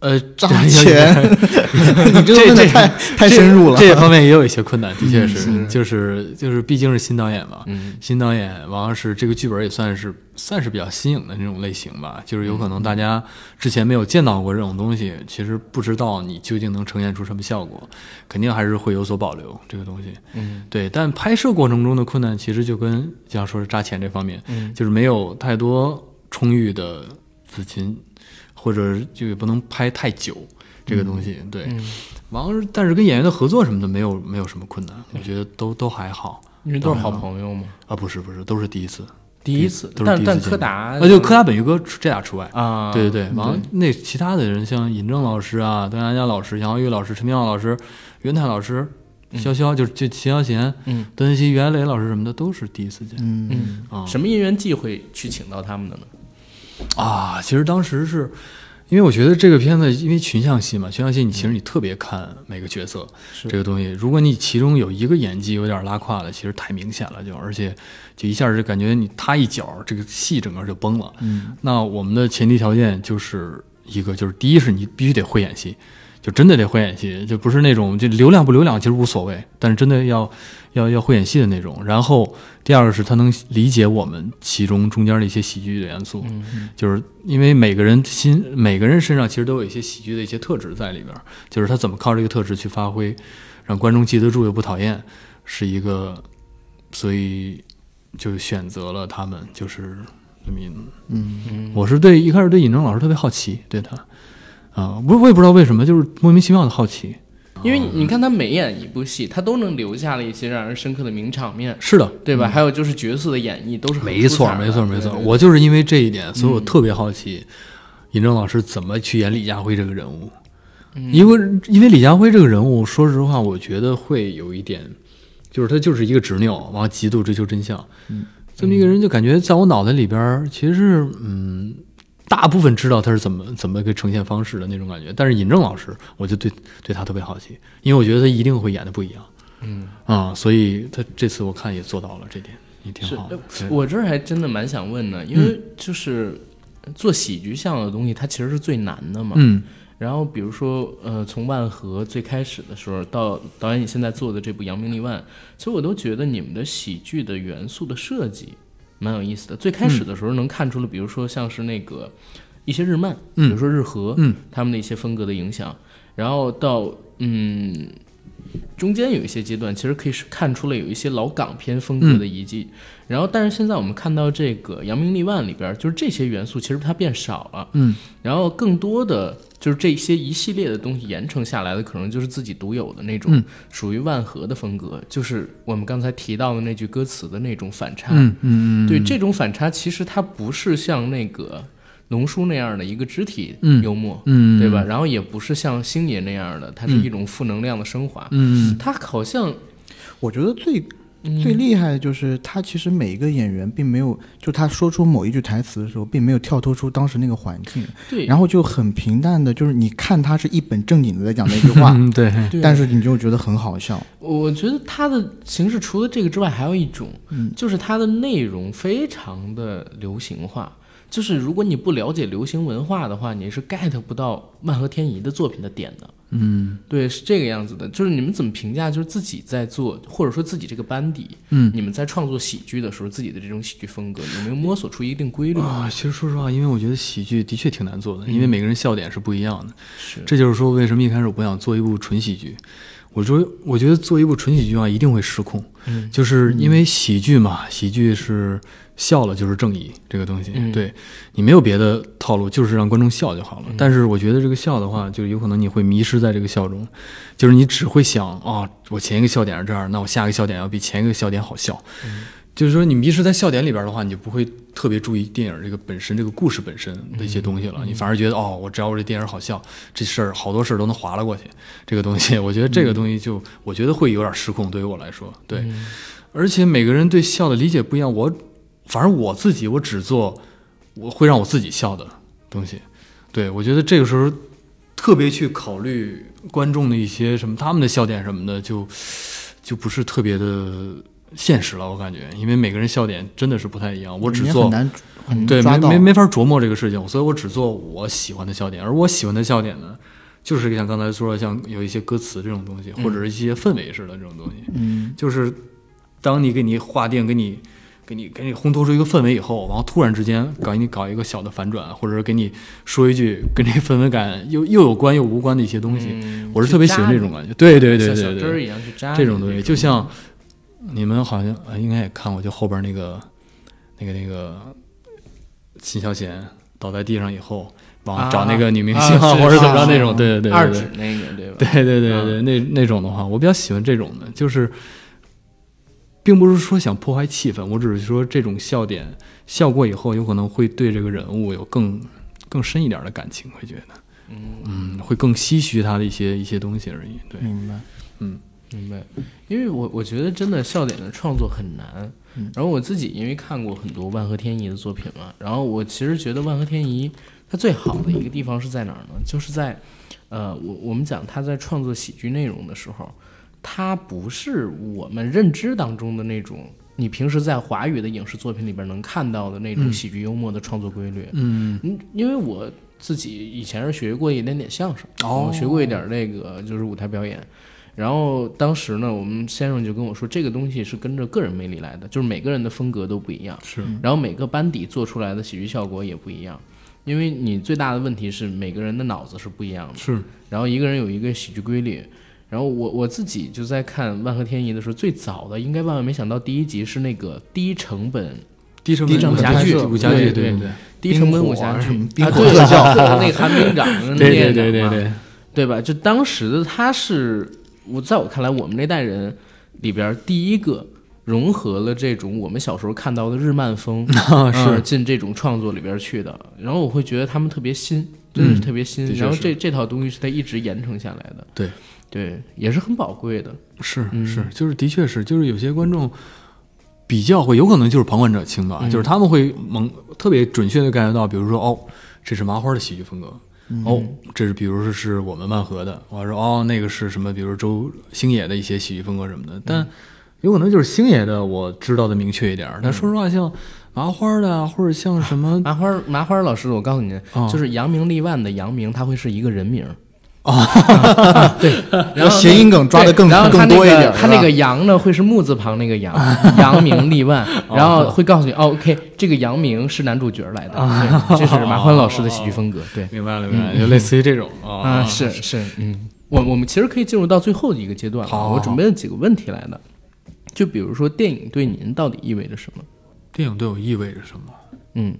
C: 呃，
B: 扎钱，你这个问的太太
C: 这
B: 深入了
C: 这。 *laughs* 这方面也有一些困难，的确是，
A: 是
C: 就是就是，毕竟是新导演嘛，
A: 嗯
C: 新导演，完了是这个剧本也算是算是比较新颖的那种类型吧，就是有可能大家之前没有见到过这种东西，其实不知道你究竟能呈现出什么效果，肯定还是会有所保留这个东西。
A: 嗯，
C: 对，但拍摄过程中的困难其实就跟像说是扎钱这方面，
A: 嗯
C: 就是没有太多充裕的资金，或者就也不能拍太久这个东西，对。
A: 嗯
C: 完了，但是跟演员的合作什么的没有没有什么困难，我觉得都都还好
A: 因为都是好朋友嘛，
C: 啊，不是不是，都是第一次，
A: 第一次，
C: 都是第
A: 但
C: 一次
A: 但
C: 见啊
A: 柯达
C: 那就柯达本鱼哥这俩除外。
A: 啊，
C: 对对对，完了那其他的人像尹正老师啊、邓亚佳老师、杨浩玉老师、陈明耀老师、袁泰老师、潇潇，就是就秦霄贤、
A: 嗯
C: 邓恩熙、袁磊老师什么的，都是第一次见。
B: 嗯，
A: 嗯
C: 啊
A: 什么因缘际会去请到他们的呢？
C: 啊，其实当时是因为我觉得这个片子，因为群像戏嘛，群像戏你其实你特别看每个角色
A: 嗯是
C: 这个东西，如果你其中有一个演技有点拉胯的，其实太明显了就，而且就一下就感觉你他一脚，这个戏整个就崩了。
B: 嗯，
C: 那我们的前提条件就是一个，就是第一是你必须得会演戏。就真的得会演戏，就不是那种就流量不流量其实无所谓，但是真的要要要会演戏的那种。然后第二个是他能理解我们其中中间的一些喜剧的元素，就是因为每个人心每个人身上其实都有一些喜剧的一些特质在里边儿，就是他怎么靠这个特质去发挥，让观众记得住又不讨厌，是一个，所以就选择了他们，就是这么一
A: 嗯
C: 我是对一开始对尹正老师特别好奇，对他，啊、我我也不知道为什么，就是莫名其妙的好奇。
A: 因为你看他每演一部戏，他都能留下了一些让人深刻的名场面，
C: 是的，
A: 对吧？还有就是角色的演绎都是很
C: 没
A: 出
C: 错，
A: 彩的
C: 嗯没错，没错。
A: 对对嗯
C: 我就是因为这一点，所以我特别好奇，尹正老师怎么去演李家辉这个人物。
A: 嗯
C: 因为因为李家辉这个人物，说实话，我觉得会有一点，就是他就是一个执拗，然后极度追求真相，
A: 嗯
C: 这么一个人，就感觉在我脑袋里边儿，其实是嗯，大部分知道他是怎么怎么个呈现方式的那种感觉。但是尹正老师，我就对对他特别好奇，因为我觉得他一定会演的不一样。嗯啊、所以他这次我看也做到了这点，也挺
A: 是
C: 好的。对
A: 呃我这儿还真的蛮想问呢，因为就是做喜剧项的东西，它其实是最难的嘛。
C: 嗯
A: 然后比如说，呃，从万和最开始的时候到导演你现在做的这部《扬名立万》，其实我都觉得你们的喜剧的元素的设计蛮有意思的。最开始的时候能看出了，比如说像是那个一些日漫，
C: 嗯
A: 比如说日和，
C: 嗯，
A: 他们的一些风格的影响，然后到嗯。中间有一些阶段，其实可以是看出了有一些老港片风格的遗
C: 嗯
A: 迹。然后，但是现在我们看到这个《扬名立万》里边儿，就是这些元素其实它变少了。
C: 嗯，
A: 然后更多的就是这些一系列的东西延承下来的，可能就是自己独有的那种
C: 嗯
A: 属于万和的风格，就是我们刚才提到的那句歌词的那种反差。
C: 嗯嗯嗯，
A: 对，这种反差其实它不是像那个农叔那样的一个肢体
C: 嗯
A: 幽默，
C: 嗯
A: 对吧？？然后也不是像星爷那样的，它是一种负能量的升华。
C: 嗯
A: 它好像
B: 我觉得最
A: 嗯
B: 最厉害的就是他其实每一个演员并没有，就他说出某一句台词的时候，并没有跳脱出当时那个环境，
A: 对，
B: 然后就很平淡的，就是你看他是一本正经的在讲那句 *laughs* 话，
C: 嗯对，
A: 对啊
B: 但是你就觉得很好笑。
A: 我觉得它的形式除了这个之外，还有一种，
C: 嗯
A: 就是它的内容非常的流行化。就是如果你不了解流行文化的话，你是 get 不到漫和天宜的作品的点的。
C: 嗯
A: 对，是这个样子的。就是你们怎么评价，就是自己在做，或者说自己这个班底，
C: 嗯
A: 你们在创作喜剧的时候，自己的这种喜剧风格有没有摸索出一定规律？
C: 啊，其实说实话，因为我觉得喜剧的确挺难做的，因为每个人笑点是不一样的。
A: 是，
C: 这就是说，为什么一开始我不想做一部纯喜剧。我说，我觉得做一部纯喜剧啊，一定会失控，
A: 嗯
C: 就是因为喜剧嘛，喜剧是笑了就是正义这个东西，
A: 嗯
C: 对你没有别的套路，就是让观众笑就好了。但是我觉得这个笑的话，就有可能你会迷失在这个笑中，
A: 嗯
C: 就是你只会想啊、我前一个笑点是这样，那我下一个笑点要比前一个笑点好笑，就是说，你迷失在笑点里边的话，你就不会特别注意电影这个本身、这个故事本身的一些东西
A: 嗯
C: 了。你反而觉得，哦，我只要我这电影好笑，这事儿好多事儿都能划拉过去。这个东西，我觉得
A: 嗯
C: 这个东西就，我觉得会有点失控，对于我来说，对。而且每个人对笑的理解不一样，我反正我自己，我只做我会让我自己笑的东西。对我觉得这个时候特别去考虑观众的一些什么他们的笑点什么的，就就不是特别的现实了。我感觉，因为每个人笑点真的是不太一样。我只
B: 你也
C: 做
B: 很难很
C: 对，
B: 抓
C: 没
B: 到
C: 没没法琢磨这个事情，所以我只做我喜欢的笑点，而我喜欢的笑点呢，就是像刚才说的，像有一些歌词这种东西，或者是一些氛围式的这种东西，
B: 嗯，
C: 就是当你给你划定，给你给你给你烘托出一个氛围以后，然后突然之间搞你搞一个小的反转，或者是给你说一句跟这个氛围感又又有关又无关的一些东西，
A: 嗯
C: 我是特别喜欢这种感觉。对对对对
A: 小针儿
C: 对，
A: 一样去扎
C: 这种东西就像你们好像呃应该也看过，就后边那个那个那个秦霄贤倒在地上以后，往
A: 啊
C: 找那个女明星
A: 啊是
C: 或者
A: 是
C: 怎么
A: 是
C: 着那种，对对对对
A: 二
C: 对
A: 指那个对吧？
C: 对对对对，那那种的话，我比较喜欢这种的，就是，并不是说想破坏气氛，我只是说这种笑点笑过以后，有可能会对这个人物有更更深一点的感情，会觉得，嗯会更唏嘘他的一些一些东西而已。对，
B: 明白。
A: 明白，因为我我觉得真的笑点的创作很难。
C: 嗯
A: 然后我自己因为看过很多万和天宜的作品嘛，然后我其实觉得万和天宜它最好的一个地方是在哪儿呢？就是在，呃，我我们讲他在创作喜剧内容的时候，它不是我们认知当中的那种你平时在华语的影视作品里边能看到的那种喜剧幽默的创作规律。
C: 嗯，
A: 嗯，因为我自己以前是学过一点点相声，
C: 哦
A: 我学过一点那个就是舞台表演。然后当时呢，我们先生就跟我说，这个东西是跟着个人魅力来的，就是每个人的风格都不一样，
C: 是
A: 然后每个班底做出来的喜剧效果也不一样。因为你最大的问题是每个人的脑子是不一样的，
C: 是，
A: 然后一个人有一个喜剧规律。然后我我自己就在看《万和天宜》的时候，最早的应该万万没想到，第一集是那个低成本
C: 低成
A: 低
C: 本
A: 成本
C: 剧，
A: 拍摄
C: 武侠剧，
A: 对
C: 对
A: 对
C: 对
A: 低成本武侠剧
B: 冰火
A: 啊，
B: 冰火
A: 对，
B: 特效
A: 那个韩
C: *laughs*
A: 冰掌的那
C: 对嗯对
A: 电
C: 对
A: 影
C: 对
A: 嘛
C: 对，
A: 对吧？就当时的他是我，在我看来，我们那代人里边儿第一个融合了这种我们小时候看到的日漫风，
C: *laughs* 啊是
A: 呃进这种创作里边儿去的。然后我会觉得他们特别新，真的是特别新。
C: 的确
A: 然后
C: 嗯是
A: 这这套东西是他一直沿承下来的，
C: 对。
A: 对，也是很宝贵的。
C: 是是，就是的确是，就是有些观众比较会，有可能就是旁观者清吧，就是他们会猛特别准确的 get 到，比如说哦，这是麻花的喜剧风格，哦，这是比如说是我们万和的，我说哦，那个是什么，比如周星野的一些喜剧风格什么的，但有可能就是星野的我知道的明确一点儿，但说实话，像麻花的啊或者像什
B: 嗯
C: 么
A: 麻花儿麻花儿老师，我告诉您，
C: 哦
A: 就是扬名立万的扬名，他会是一个人名。哦，对，然后
B: 谐音梗抓得更
A: 对然后他
B: 更多一
A: 那个
B: 点
A: 他
B: 是吧
A: 那个“扬”呢，会是木字旁那个“
B: *laughs*
A: 扬”，扬名立万，然后会告诉你哦，OK，这个扬名是男主角来的，
B: 啊
A: 对这是马欢老师的喜剧风
B: *laughs*
A: 格，对，
C: 明白了明白了，就类似于这种
A: 啊，是是，嗯，我我们其实可以进入到最后一个阶段了，
C: 好好
A: 我准备了几个问题来的，就比如说电影对您到底意味着什么？
C: 电影对我意味着什么？
A: 嗯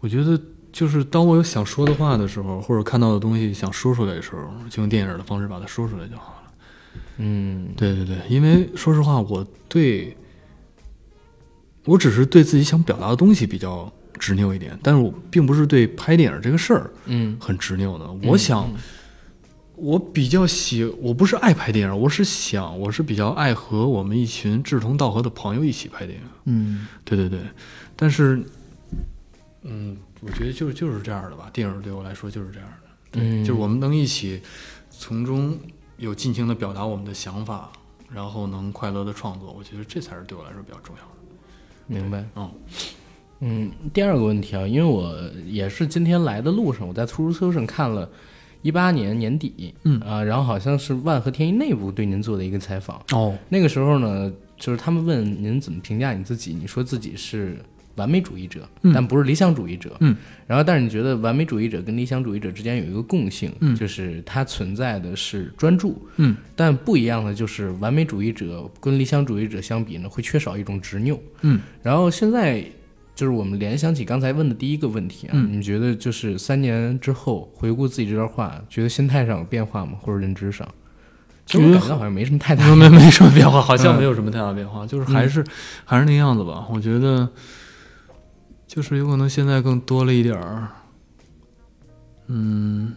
C: 我觉得就是当我有想说的话的时候，或者看到的东西想说出来的时候，就用电影的方式把它说出来就好了。
A: 嗯
C: 对对对，因为说实话，我对我只是对自己想表达的东西比较执拗一点，但是我并不是对拍电影这个事儿
A: 嗯
C: 很执拗的。我想，我比较喜，我不是爱拍电影，我是想，我是比较爱和我们一群志同道合的朋友一起拍电影。
B: 嗯，
C: 对对对，但是，嗯，我觉得就是就是这样的吧。电影对我来说就是这样的，对，
A: 嗯
C: 就是我们能一起从中有尽情的表达我们的想法，然后能快乐的创作，我觉得这才是对我来说比较重要的。
A: 明白。
C: 嗯，
A: 嗯，第二个问题啊，因为我也是今天来的路上，我在出租车上看了，一八年年底，
C: 嗯
A: 啊、然后好像是万和天一内部对您做的一个采访，
C: 哦，
A: 那个时候呢，就是他们问您怎么评价你自己，你说自己是完美主义者，但不是理想主义者，
C: 嗯，
A: 然后但是你觉得完美主义者跟理想主义者之间有一个共性，
C: 嗯
A: 就是它存在的是专注，
C: 嗯，
A: 但不一样的就是，完美主义者跟理想主义者相比呢，会缺少一种执拗。
C: 嗯，
A: 然后现在就是我们联想起刚才问的第一个问题啊，
C: 嗯
A: 你们觉得就是三年之后回顾自己这段话，觉得心态上有变化吗？或者认知上？其
C: 嗯
A: 实我感觉好像没什么太大嗯
C: 没没没什么变化，好像没有什么太大变化，就是还是、还是那样子吧。我觉得，就是有可能现在更多了一点儿，嗯，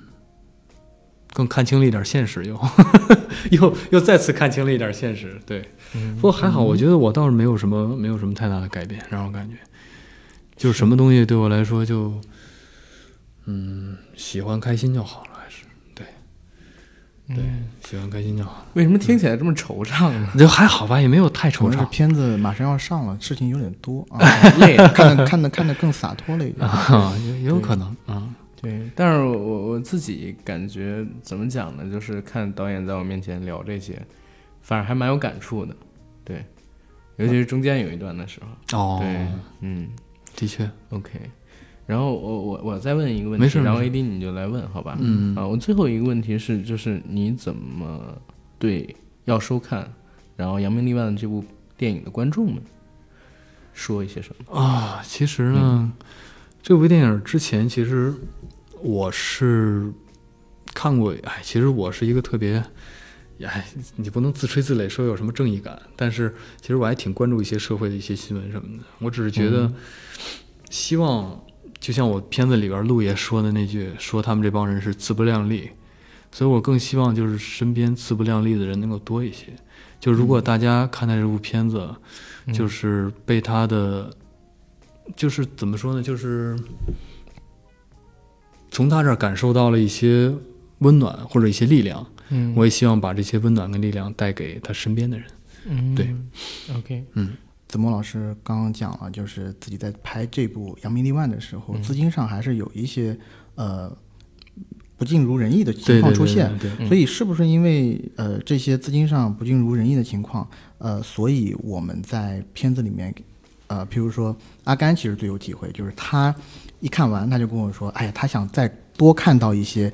C: 更看清了一点儿现实，又 *laughs* 又又再次看清了一点儿现实。对，
A: 嗯
C: 不过还好，我觉得我倒是没有什么没有什么太大的改变，让我感觉，就是什么东西对我来说就，嗯，喜欢开心就好了，还是对，对，
A: 嗯
C: 喜欢开心就好。
A: 为什么听起来这么惆怅呢？
C: 就还好吧，也没有太
B: 可
C: 惆
B: 能是
C: *laughs* 怅。
B: 片子马上要上了，事情有点多啊，
A: *laughs* 累啊。
B: 看的看的看的更洒脱了一
A: *laughs*
B: 点。
C: 啊，也也有可能啊，
A: 对，但是我我我自己感觉怎么讲呢？就是看导演在我面前聊这些，反而还蛮有感触的。对，尤其是中间有一段的时候。
C: 哦
A: 对，嗯
C: 的确，
A: ，OK。然后我我我再问一个问
C: 没
A: 题
C: 事，
A: 然后
C: 没
A: AD 你就来问好吧？
C: 嗯
A: 啊，我最后一个问题是，就是你怎么对要收看，然后《扬名立万》这部电影的观众们说一些什么？
C: 啊，其实呢，这部电影之前其实我是看过，哎，其实我是一个特别，哎，你不能自吹自擂说有什么正义感，但是其实我还挺关注一些社会的一些新闻什么的。我只是觉得，希望就像我片子里边陆爷说的那句，说他们这帮人是自不量力，所以我更希望就是身边自不量力的人能够多一些。就如果大家看待这部片子，
A: 嗯
C: 就是被他的，就是怎么说呢，就是从他这儿感受到了一些温暖或者一些力量。
A: 嗯
C: 我也希望把这些温暖跟力量带给他身边的人。
A: 嗯
C: 对
A: ，OK，
B: 子墨老师刚刚讲了，就是自己在拍这部《扬名立万》的时候，
C: 嗯
B: 资金上还是有一些呃不尽如人意的情
C: 对对
B: 况
C: 对
B: 出现。
C: 对对嗯
B: 所以是不是因为呃这些资金上不尽如人意的情况，呃，所以我们在片子里面，呃，譬如说阿甘其实最有体会，就是他一看完他就跟我说，哎呀，他想再多看到一些。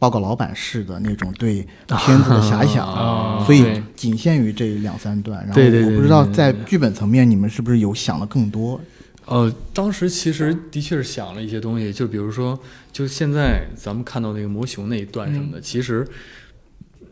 B: 报告老板式的那种对片子的遐想，
A: 啊
B: 所以
A: 对
B: 仅限于这两三段。然后
C: 对对对
B: 我不知道
C: 对对
B: 在剧本层面你们是不是有想的更多？
C: 呃，当时其实的确是想了一些东西，就比如说，就现在咱们看到那个魔熊那一段什么的，其实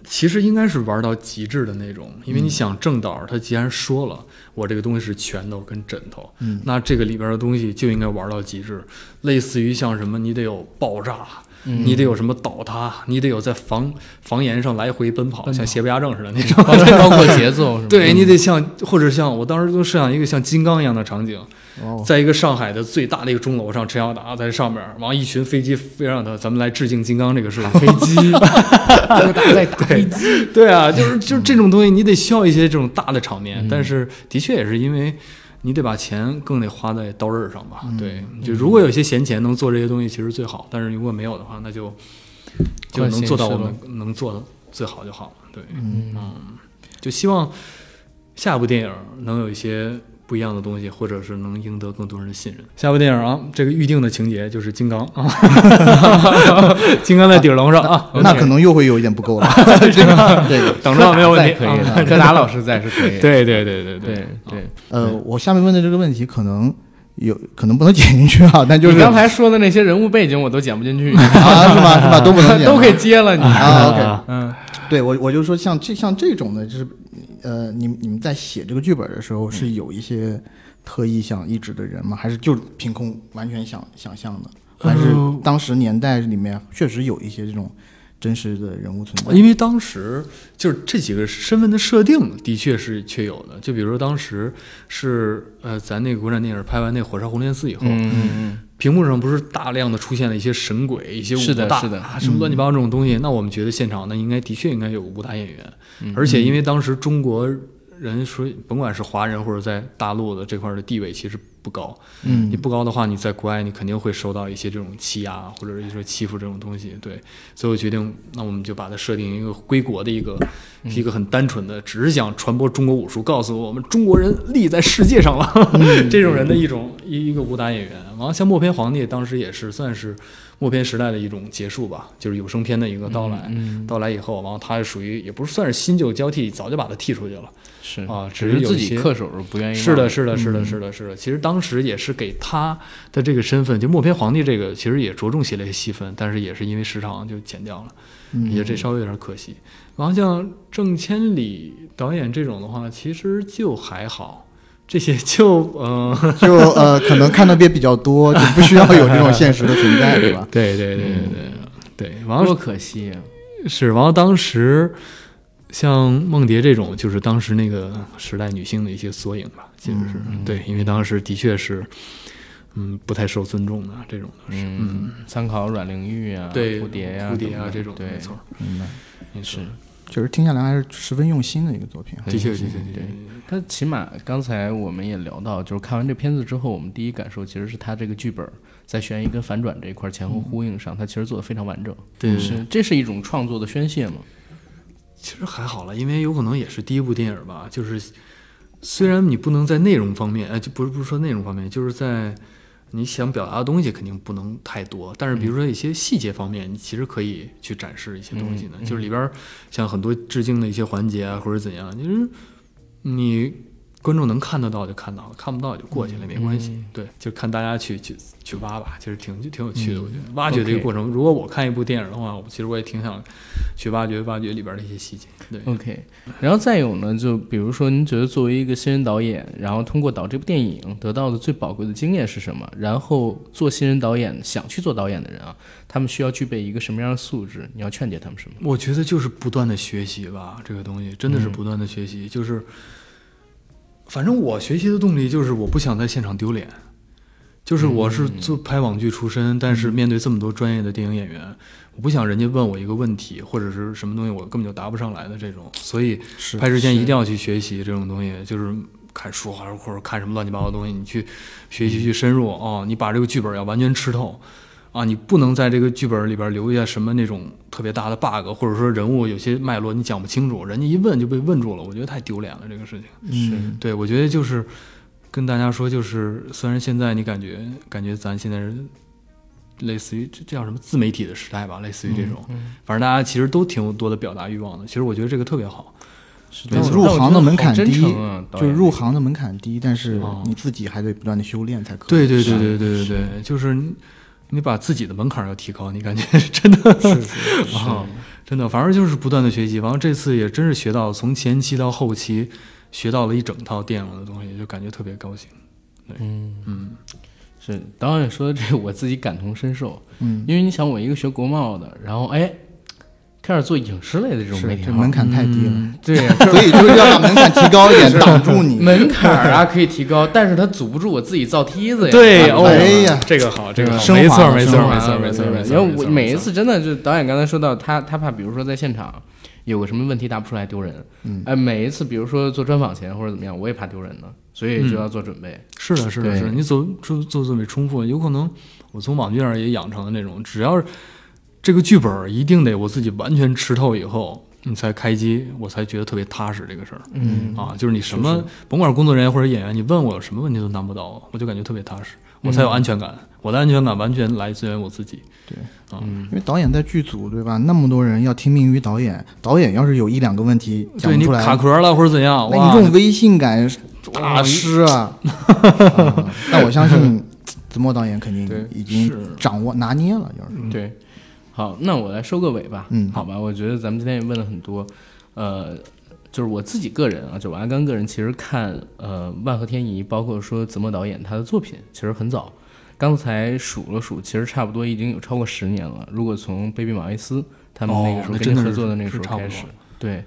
C: 其实应该是玩到极致的那种，因为你想正导他既然说了我这个东西是拳头跟枕头，
B: 嗯
C: 那这个里边的东西就应该玩到极致，类似于像什么你得有爆炸。你得有什么倒塌，你得有在房房檐上来回奔跑，像邪不压正似的那种。 *laughs*
A: 包括节奏是吧？
C: 对你得像，或者像我当时就设想一个像金刚一样的场景，
B: 哦，
C: 在一个上海的最大的一个钟楼上，陈小达在上面，完一群飞机飞上他，咱们来致敬金刚这个事情。飞 *laughs* 机，
A: 在打飞机，
C: 对啊，就是就是这种东西，你得需要一些这种大的场面，但是的确也是因为。你得把钱更得花在刀刃上吧，对，就如果有些闲钱能做这些东西，其实最好。但是如果没有的话，那就就能做到我们能做的最好就好了。对，
A: 嗯，
C: 就希望下部电影能有一些不一样的东西，或者是能赢得更多人的信任。下部电影啊，这个预定的情节就是金 *laughs* 刚啊，金刚在顶楼上 *laughs* 啊，
B: 那可能又会有一点不够了。对，
C: 等着吧，没有问题。
A: 可以
C: 啊
A: 的，柯达老师在是可以的。
C: 对对对对
A: 对对，
B: 呃，我下面问的这个问题可能有可能不能剪进去啊，但就是
A: 你刚才说的那些人物背景我都剪不进去，
B: 啊是吧是吧都不能
A: *laughs*
B: 剪
A: 都给接了你。
B: 啊 OK，
A: 嗯
B: 对我我就说像这像这种的，就是呃，你们你们在写这个剧本的时候
C: 嗯
B: 是有一些特意想一指的人吗？还是就凭空完全想想象的？还是
C: 呃
B: 当时年代里面确实有一些这种真实的人物存在？
C: 因为当时就是这几个身份的设定的确是确有的，就比如说当时是呃，咱那个国产电影拍完那《火烧红莲寺》以后，
A: 嗯
C: 屏幕上不是大量的出现了一些神鬼、一些
A: 是
C: 武
A: 的
C: 大
A: 是的嗯
C: 啊什么乱七八糟这种东西，那我们觉得现场那应该的确应该有武打演员，
A: 嗯
C: 而且因为当时中国人说，甭管是华人或者在大陆的这块的地位其实不高，
B: 嗯
C: 你不高的话，你在国外你肯定会受到一些这种欺压或者是说欺负这种东西，对，所以我决定，那我们就把它设定一个归国的一个一个很单纯的，只是想传播中国武术，告诉我们中国人立在世界上了， *laughs* 这种人的一种一一个武打演员。然后像默片皇帝当时也是算是默片时代的一种结束吧，就是有声片的一个到来，到来以后，然后他是属于也不是算是新旧交替，早就把他剔出去了。
A: 是
C: 啊只
A: 哦只
C: 是有
A: 自
C: 一
A: 己
C: 些
A: 恪守着不愿意。
C: 嗯是的，，是的，是的，是的，是的。其实当当时也是给他的这个身份，就默片皇帝这个，其实也着重写了一些戏份，但是也是因为时长就剪掉了，也这稍微有点可惜。然后像郑千里导演这种的话，其实就还好，这些就嗯、呃
B: 就呃，可能看的也比较多，就不需要有这种现实的存在，
C: *laughs*
B: 对吧？
C: 对对对对对、嗯对，王
A: 多可惜啊，
C: 是，然后当时像梦蝶这种，就是当时那个时代女性的一些缩影吧，其实是、对，因为当时的确是，嗯，不太受尊重的这种的是，
A: 嗯，参考阮玲玉啊，
C: 对，
A: 蝴蝶呀，
C: 蝴蝶啊
A: 啊
C: 这种，
A: 对
C: 没，错，
B: 明白。
C: 没错，
B: 就是听下来还是十分用心的一个作品。啊
C: 的确，的确，的确，的确
A: 他起码刚才我们也聊到，就是看完这片子之后，我们第一感受其实是他这个剧本在悬疑跟反转这一块前后呼应上，他其实做的非常完整。
C: 对对
A: 是这是一种创作的宣泄嘛？
C: 其实还好了，因为有可能也是第一部电影吧，就是虽然你不能在内容方面，哎，就不是不是说内容方面，就是在你想表达的东西肯定不能太多，但是比如说一些细节方面，你其实可以去展示一些东西的，就是里边儿像很多致敬的一些环节啊，或者怎样，就是你。观众能看得到就看到了，看不到也就过去了，也没关系。对，就看大家去去去挖吧，其实挺挺有趣的，我觉得挖掘这个
A: OK
C: 过程。如果我看一部电影的话，我其实我也挺想去挖掘挖掘里边的一些细节。对，
A: OK，然后再有呢，就比如说，您觉得作为一个新人导演，然后通过导这部电影得到的最宝贵的经验是什么？然后做新人导演想去做导演的人啊，他们需要具备一个什么样的素质？你要劝诫他们什么？
C: 我觉得就是不断的学习吧，这个东西真的是不断的学习，就是，反正我学习的动力就是我不想在现场丢脸，就是我是做拍网剧出身，但是面对这么多专业的电影演员，我不想人家问我一个问题或者是什么东西我根本就答不上来的这种，所以
B: 是
C: 拍之前一定要去学习这种东西，就是看书啊或者看什么乱七八糟的东西，你去学习去深入哦，你把这个剧本要完全吃透。啊，你不能在这个剧本里边留下什么那种特别大的 bug，或者说人物有些脉络你讲不清楚，人家一问就被问住了，我觉得太丢脸了这个事情。
B: 嗯，
C: 对，我觉得就是跟大家说，就是虽然现在你感觉感觉咱现在是类似于这这叫什么自媒体的时代吧，类似于这
A: 嗯
C: 种，
B: 嗯
C: 反正大家其实都挺有多的表达欲望的。其实我觉得这个特别好。
A: 是
B: 对入行的门槛低，
A: 啊、导
B: 就
A: 演
B: 入行的门槛低，但是
C: 哦
B: 你自己还得不断的修炼才可啊以。
C: 对对对对对对对，就是你你把自己的门槛儿要提高，你感觉真的
B: 是
C: *laughs*
B: 是是
C: 啊、真的，反正就是不断的学习，然后这次也真是学到，从前期到后期学到了一整套电影的东西，就感觉特别高兴。
A: 是导演说的这个，我自己感同身受。
B: 嗯，
A: 因为你想，我一个学国贸的，然后哎，开始做影视类的这种媒
B: 是
A: 体
B: 这
A: 行
B: 门
A: 业，
B: 槛太低了，
C: 嗯
A: 对呀、
B: *laughs* 所以就是要把门槛提高一
A: *laughs*
B: 点，挡住你。
A: 门槛儿啊可以提高，但是它阻不住我自己造梯子呀。
C: *laughs* 对，
A: 啊
C: 哦，
B: 哎呀
C: 这个好，这个好，
B: 升
C: 没
B: 华
C: 错，
B: 了
C: 没错，
B: 升华
C: 没错，
A: 啊
C: 没错，
A: 对
C: 没错。
A: 因为我
C: 错
A: 每一
C: 错
A: 次真的就是导演刚才说到他，他怕比如说在现场有个什么问题答不出来丢人，嗯，哎，每一次比如说做专访前或者怎么样，我也怕丢人呢，所
C: 嗯
A: 以就要做准备。
C: 是的，是的，
A: 对
C: 是的，你做做做准备重复，有可能我从网剧上也养成了那种，只要是这个剧本儿一定得我自己完全吃透以后，你才开机，我才觉得特别踏实这个事儿。嗯啊，就是你什么，甭管是工作人员或者演员，你问我有什么问题都难不倒我，我就感觉特别踏实，我
B: 嗯
C: 才有安全感。我的安全感完全来自于我自己。
B: 对
C: 啊，
B: 因为导演在剧组对吧？那么多人要听命于导演，导演要是有一两个问题讲
C: 对
B: 不
C: 你
B: 出来，
C: 卡壳了或者怎样，
B: 那你
C: 哇
B: 这，种微信感大师啊！ *laughs* 啊但我相信子墨导演肯
C: 对
B: 定已经掌握拿捏了，就是
A: 嗯对，好，那我来收个尾吧。
B: 嗯
A: 好吧，我觉得咱们今天也问了很多，呃，就是我自己个人啊，就我阿甘个人，其实看呃万和天宜，包括说子墨导演他的作品，其实很早。刚才数了数，其实差不多已经有超过十年了。如果从 Baby 马维斯他们那个时
C: 哦
A: 候
C: 那
A: 跟
C: 真
A: 你
C: 的
A: 合
C: 是
A: 作的那个时候
C: 是差不
A: 开
C: 多
A: 始，对，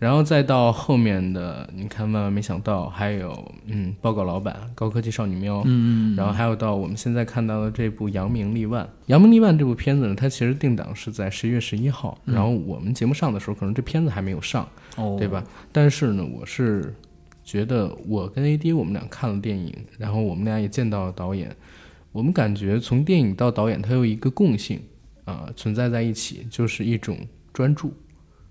A: 然后再到后面的，你看万万没想到，还有嗯，报告老板、高科技少女喵，
C: 嗯，
A: 然后还有到我们现在看到的这部《扬名立万》，《扬名立万》这部片子呢，它其实定档是在十一月十一号，
C: 嗯
A: 然后我们节目上的时候，可能这片子还没有上，
C: 哦，
A: 对吧？但是呢，我是觉得我跟 AD 我们俩看了电影，然后我们俩也见到了导演，我们感觉从电影到导演，它有一个共性啊、存在在一起，就是一种专注，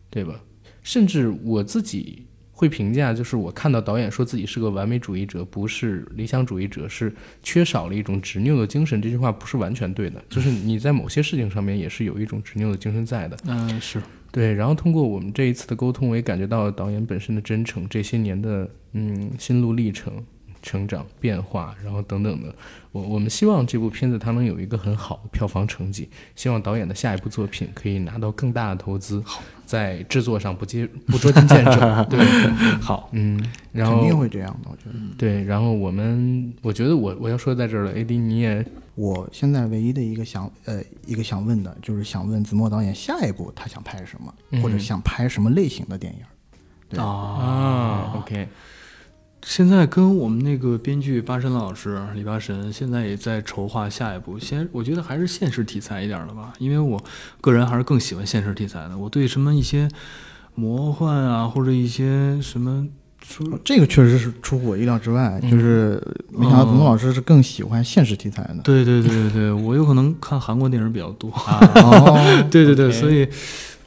A: 对吧？甚至我自己会评价，就是我看到导演说自己是个完美主义者，不是理想主义者，是缺少了一种执拗的精神。这句话不是完全对的，就是你在某些事情上面也是有一种执拗的精神在的。
C: 嗯，是，
A: 对，然后通过我们这一次的沟通，我也感觉到了导演本身的真诚，这些年的嗯心路历程，成长、变化，然后等等的。我我们希望这部片子它能有一个很好的票房成绩，希望导演的下一部作品可以拿到更大的投资，在制作上不接不捉襟见肘。对，
C: 好，
A: 嗯，然
B: 肯
A: 后
B: 定会这样的。我觉得，
A: 对，然后我们我觉得我我要说在这儿了，AD 你也
B: 我现在唯一的一个想呃一个想问的就是想问子墨导演下一步他想拍什么，
A: 嗯
B: 或者想拍什么类型的电影？对
A: 啊，OK，
C: 现在跟我们那个编剧巴神老师李巴神，现在也在筹划下一步。先，我觉得还是现实题材一点儿的吧，因为我个人还是更喜欢现实题材的。我对什么一些魔幻啊，或者一些什么说
B: 嗯这个确实是出乎我意料之外，就是没想到子墨老师是更喜欢现实题材的。
C: 对对对对对，我有可能看韩国电影比较多。 *laughs*
B: 哦，
C: 对对对
A: 啊 OK
C: 所以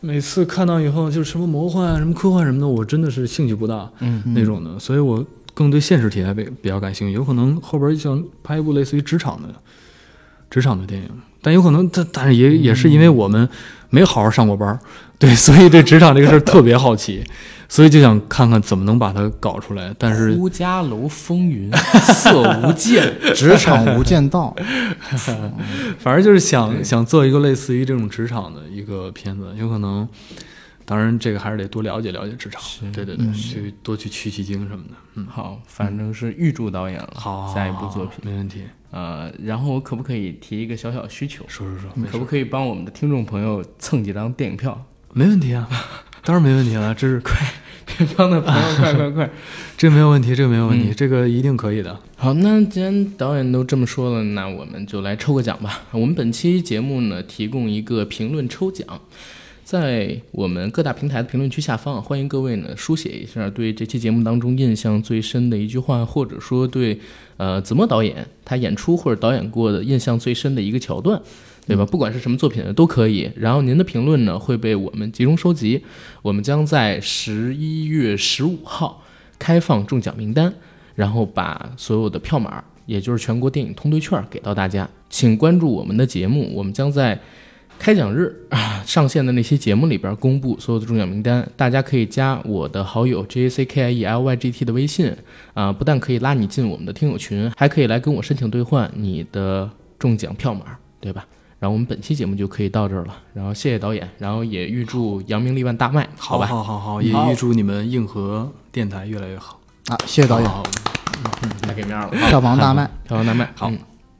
C: 每次看到以后，就是什么魔幻、什么科幻什么的，我真的是兴趣不大
A: 嗯
C: 那种的，所以我更对现实题材比比较感兴趣。有可能后边想拍一部类似于职场的职场的电影，但有可能但但是也
A: 嗯
C: 也是因为我们没好好上过班儿，对，所以对职场这个事儿特别好奇，所以就想看看怎么能把它搞出来。但是
A: 乌家楼风云色无间，
B: 职场无间道，
C: 反正就是想想做一个类似于这种职场的一个片子，有可能，当然这个还是得多了解了解职场，对对对，去多去取取经什么的。嗯，
A: 好，反正是预祝导演了，
C: 好，
A: 下一部作品。
C: 没问题，
A: 呃，然后我可不可以提一个小小需求？
C: 说说说，没
A: 可
C: 事
A: 不可以帮我们的听众朋友蹭几张电影票？ *laughs*
C: 没问题啊，当然没问题了，这是快，
A: 这帮的朋友，快快快！
C: 这没有问题，这个没有问题，这个一定可以的。
A: 好，那既然导演都这么说了，那我们就来抽个奖吧。我们本期节目呢，提供一个评论抽奖，在我们各大平台的评论区下方啊，欢迎各位呢书写一下对这期节目当中印象最深的一句话，或者说对呃子墨导演他演出或者导演过的印象最深的一个桥段。对吧？不管是什么作品都可以。然后您的评论呢会被我们集中收集，我们将在十一月十五号开放中奖名单，然后把所有的票码，也就是全国电影通兑券给到大家。请关注我们的节目，我们将在开奖日啊上线的那期节目里边公布所有的中奖名单。大家可以加我的好友 J A C K I E L Y G T 的微信啊、不但可以拉你进我们的听友群，还可以来跟我申请兑换你的中奖票码，对吧？然后我们本期节目就可以到这儿了，然后谢谢导演，然后也预祝扬名立万大卖，好吧？
C: 好好好，也预祝你们硬核电台越来越好。
B: 啊，谢谢导演，
C: 好，
A: 太给面了，
B: 票房大卖。
A: 票房大卖，
C: 好
A: 嗯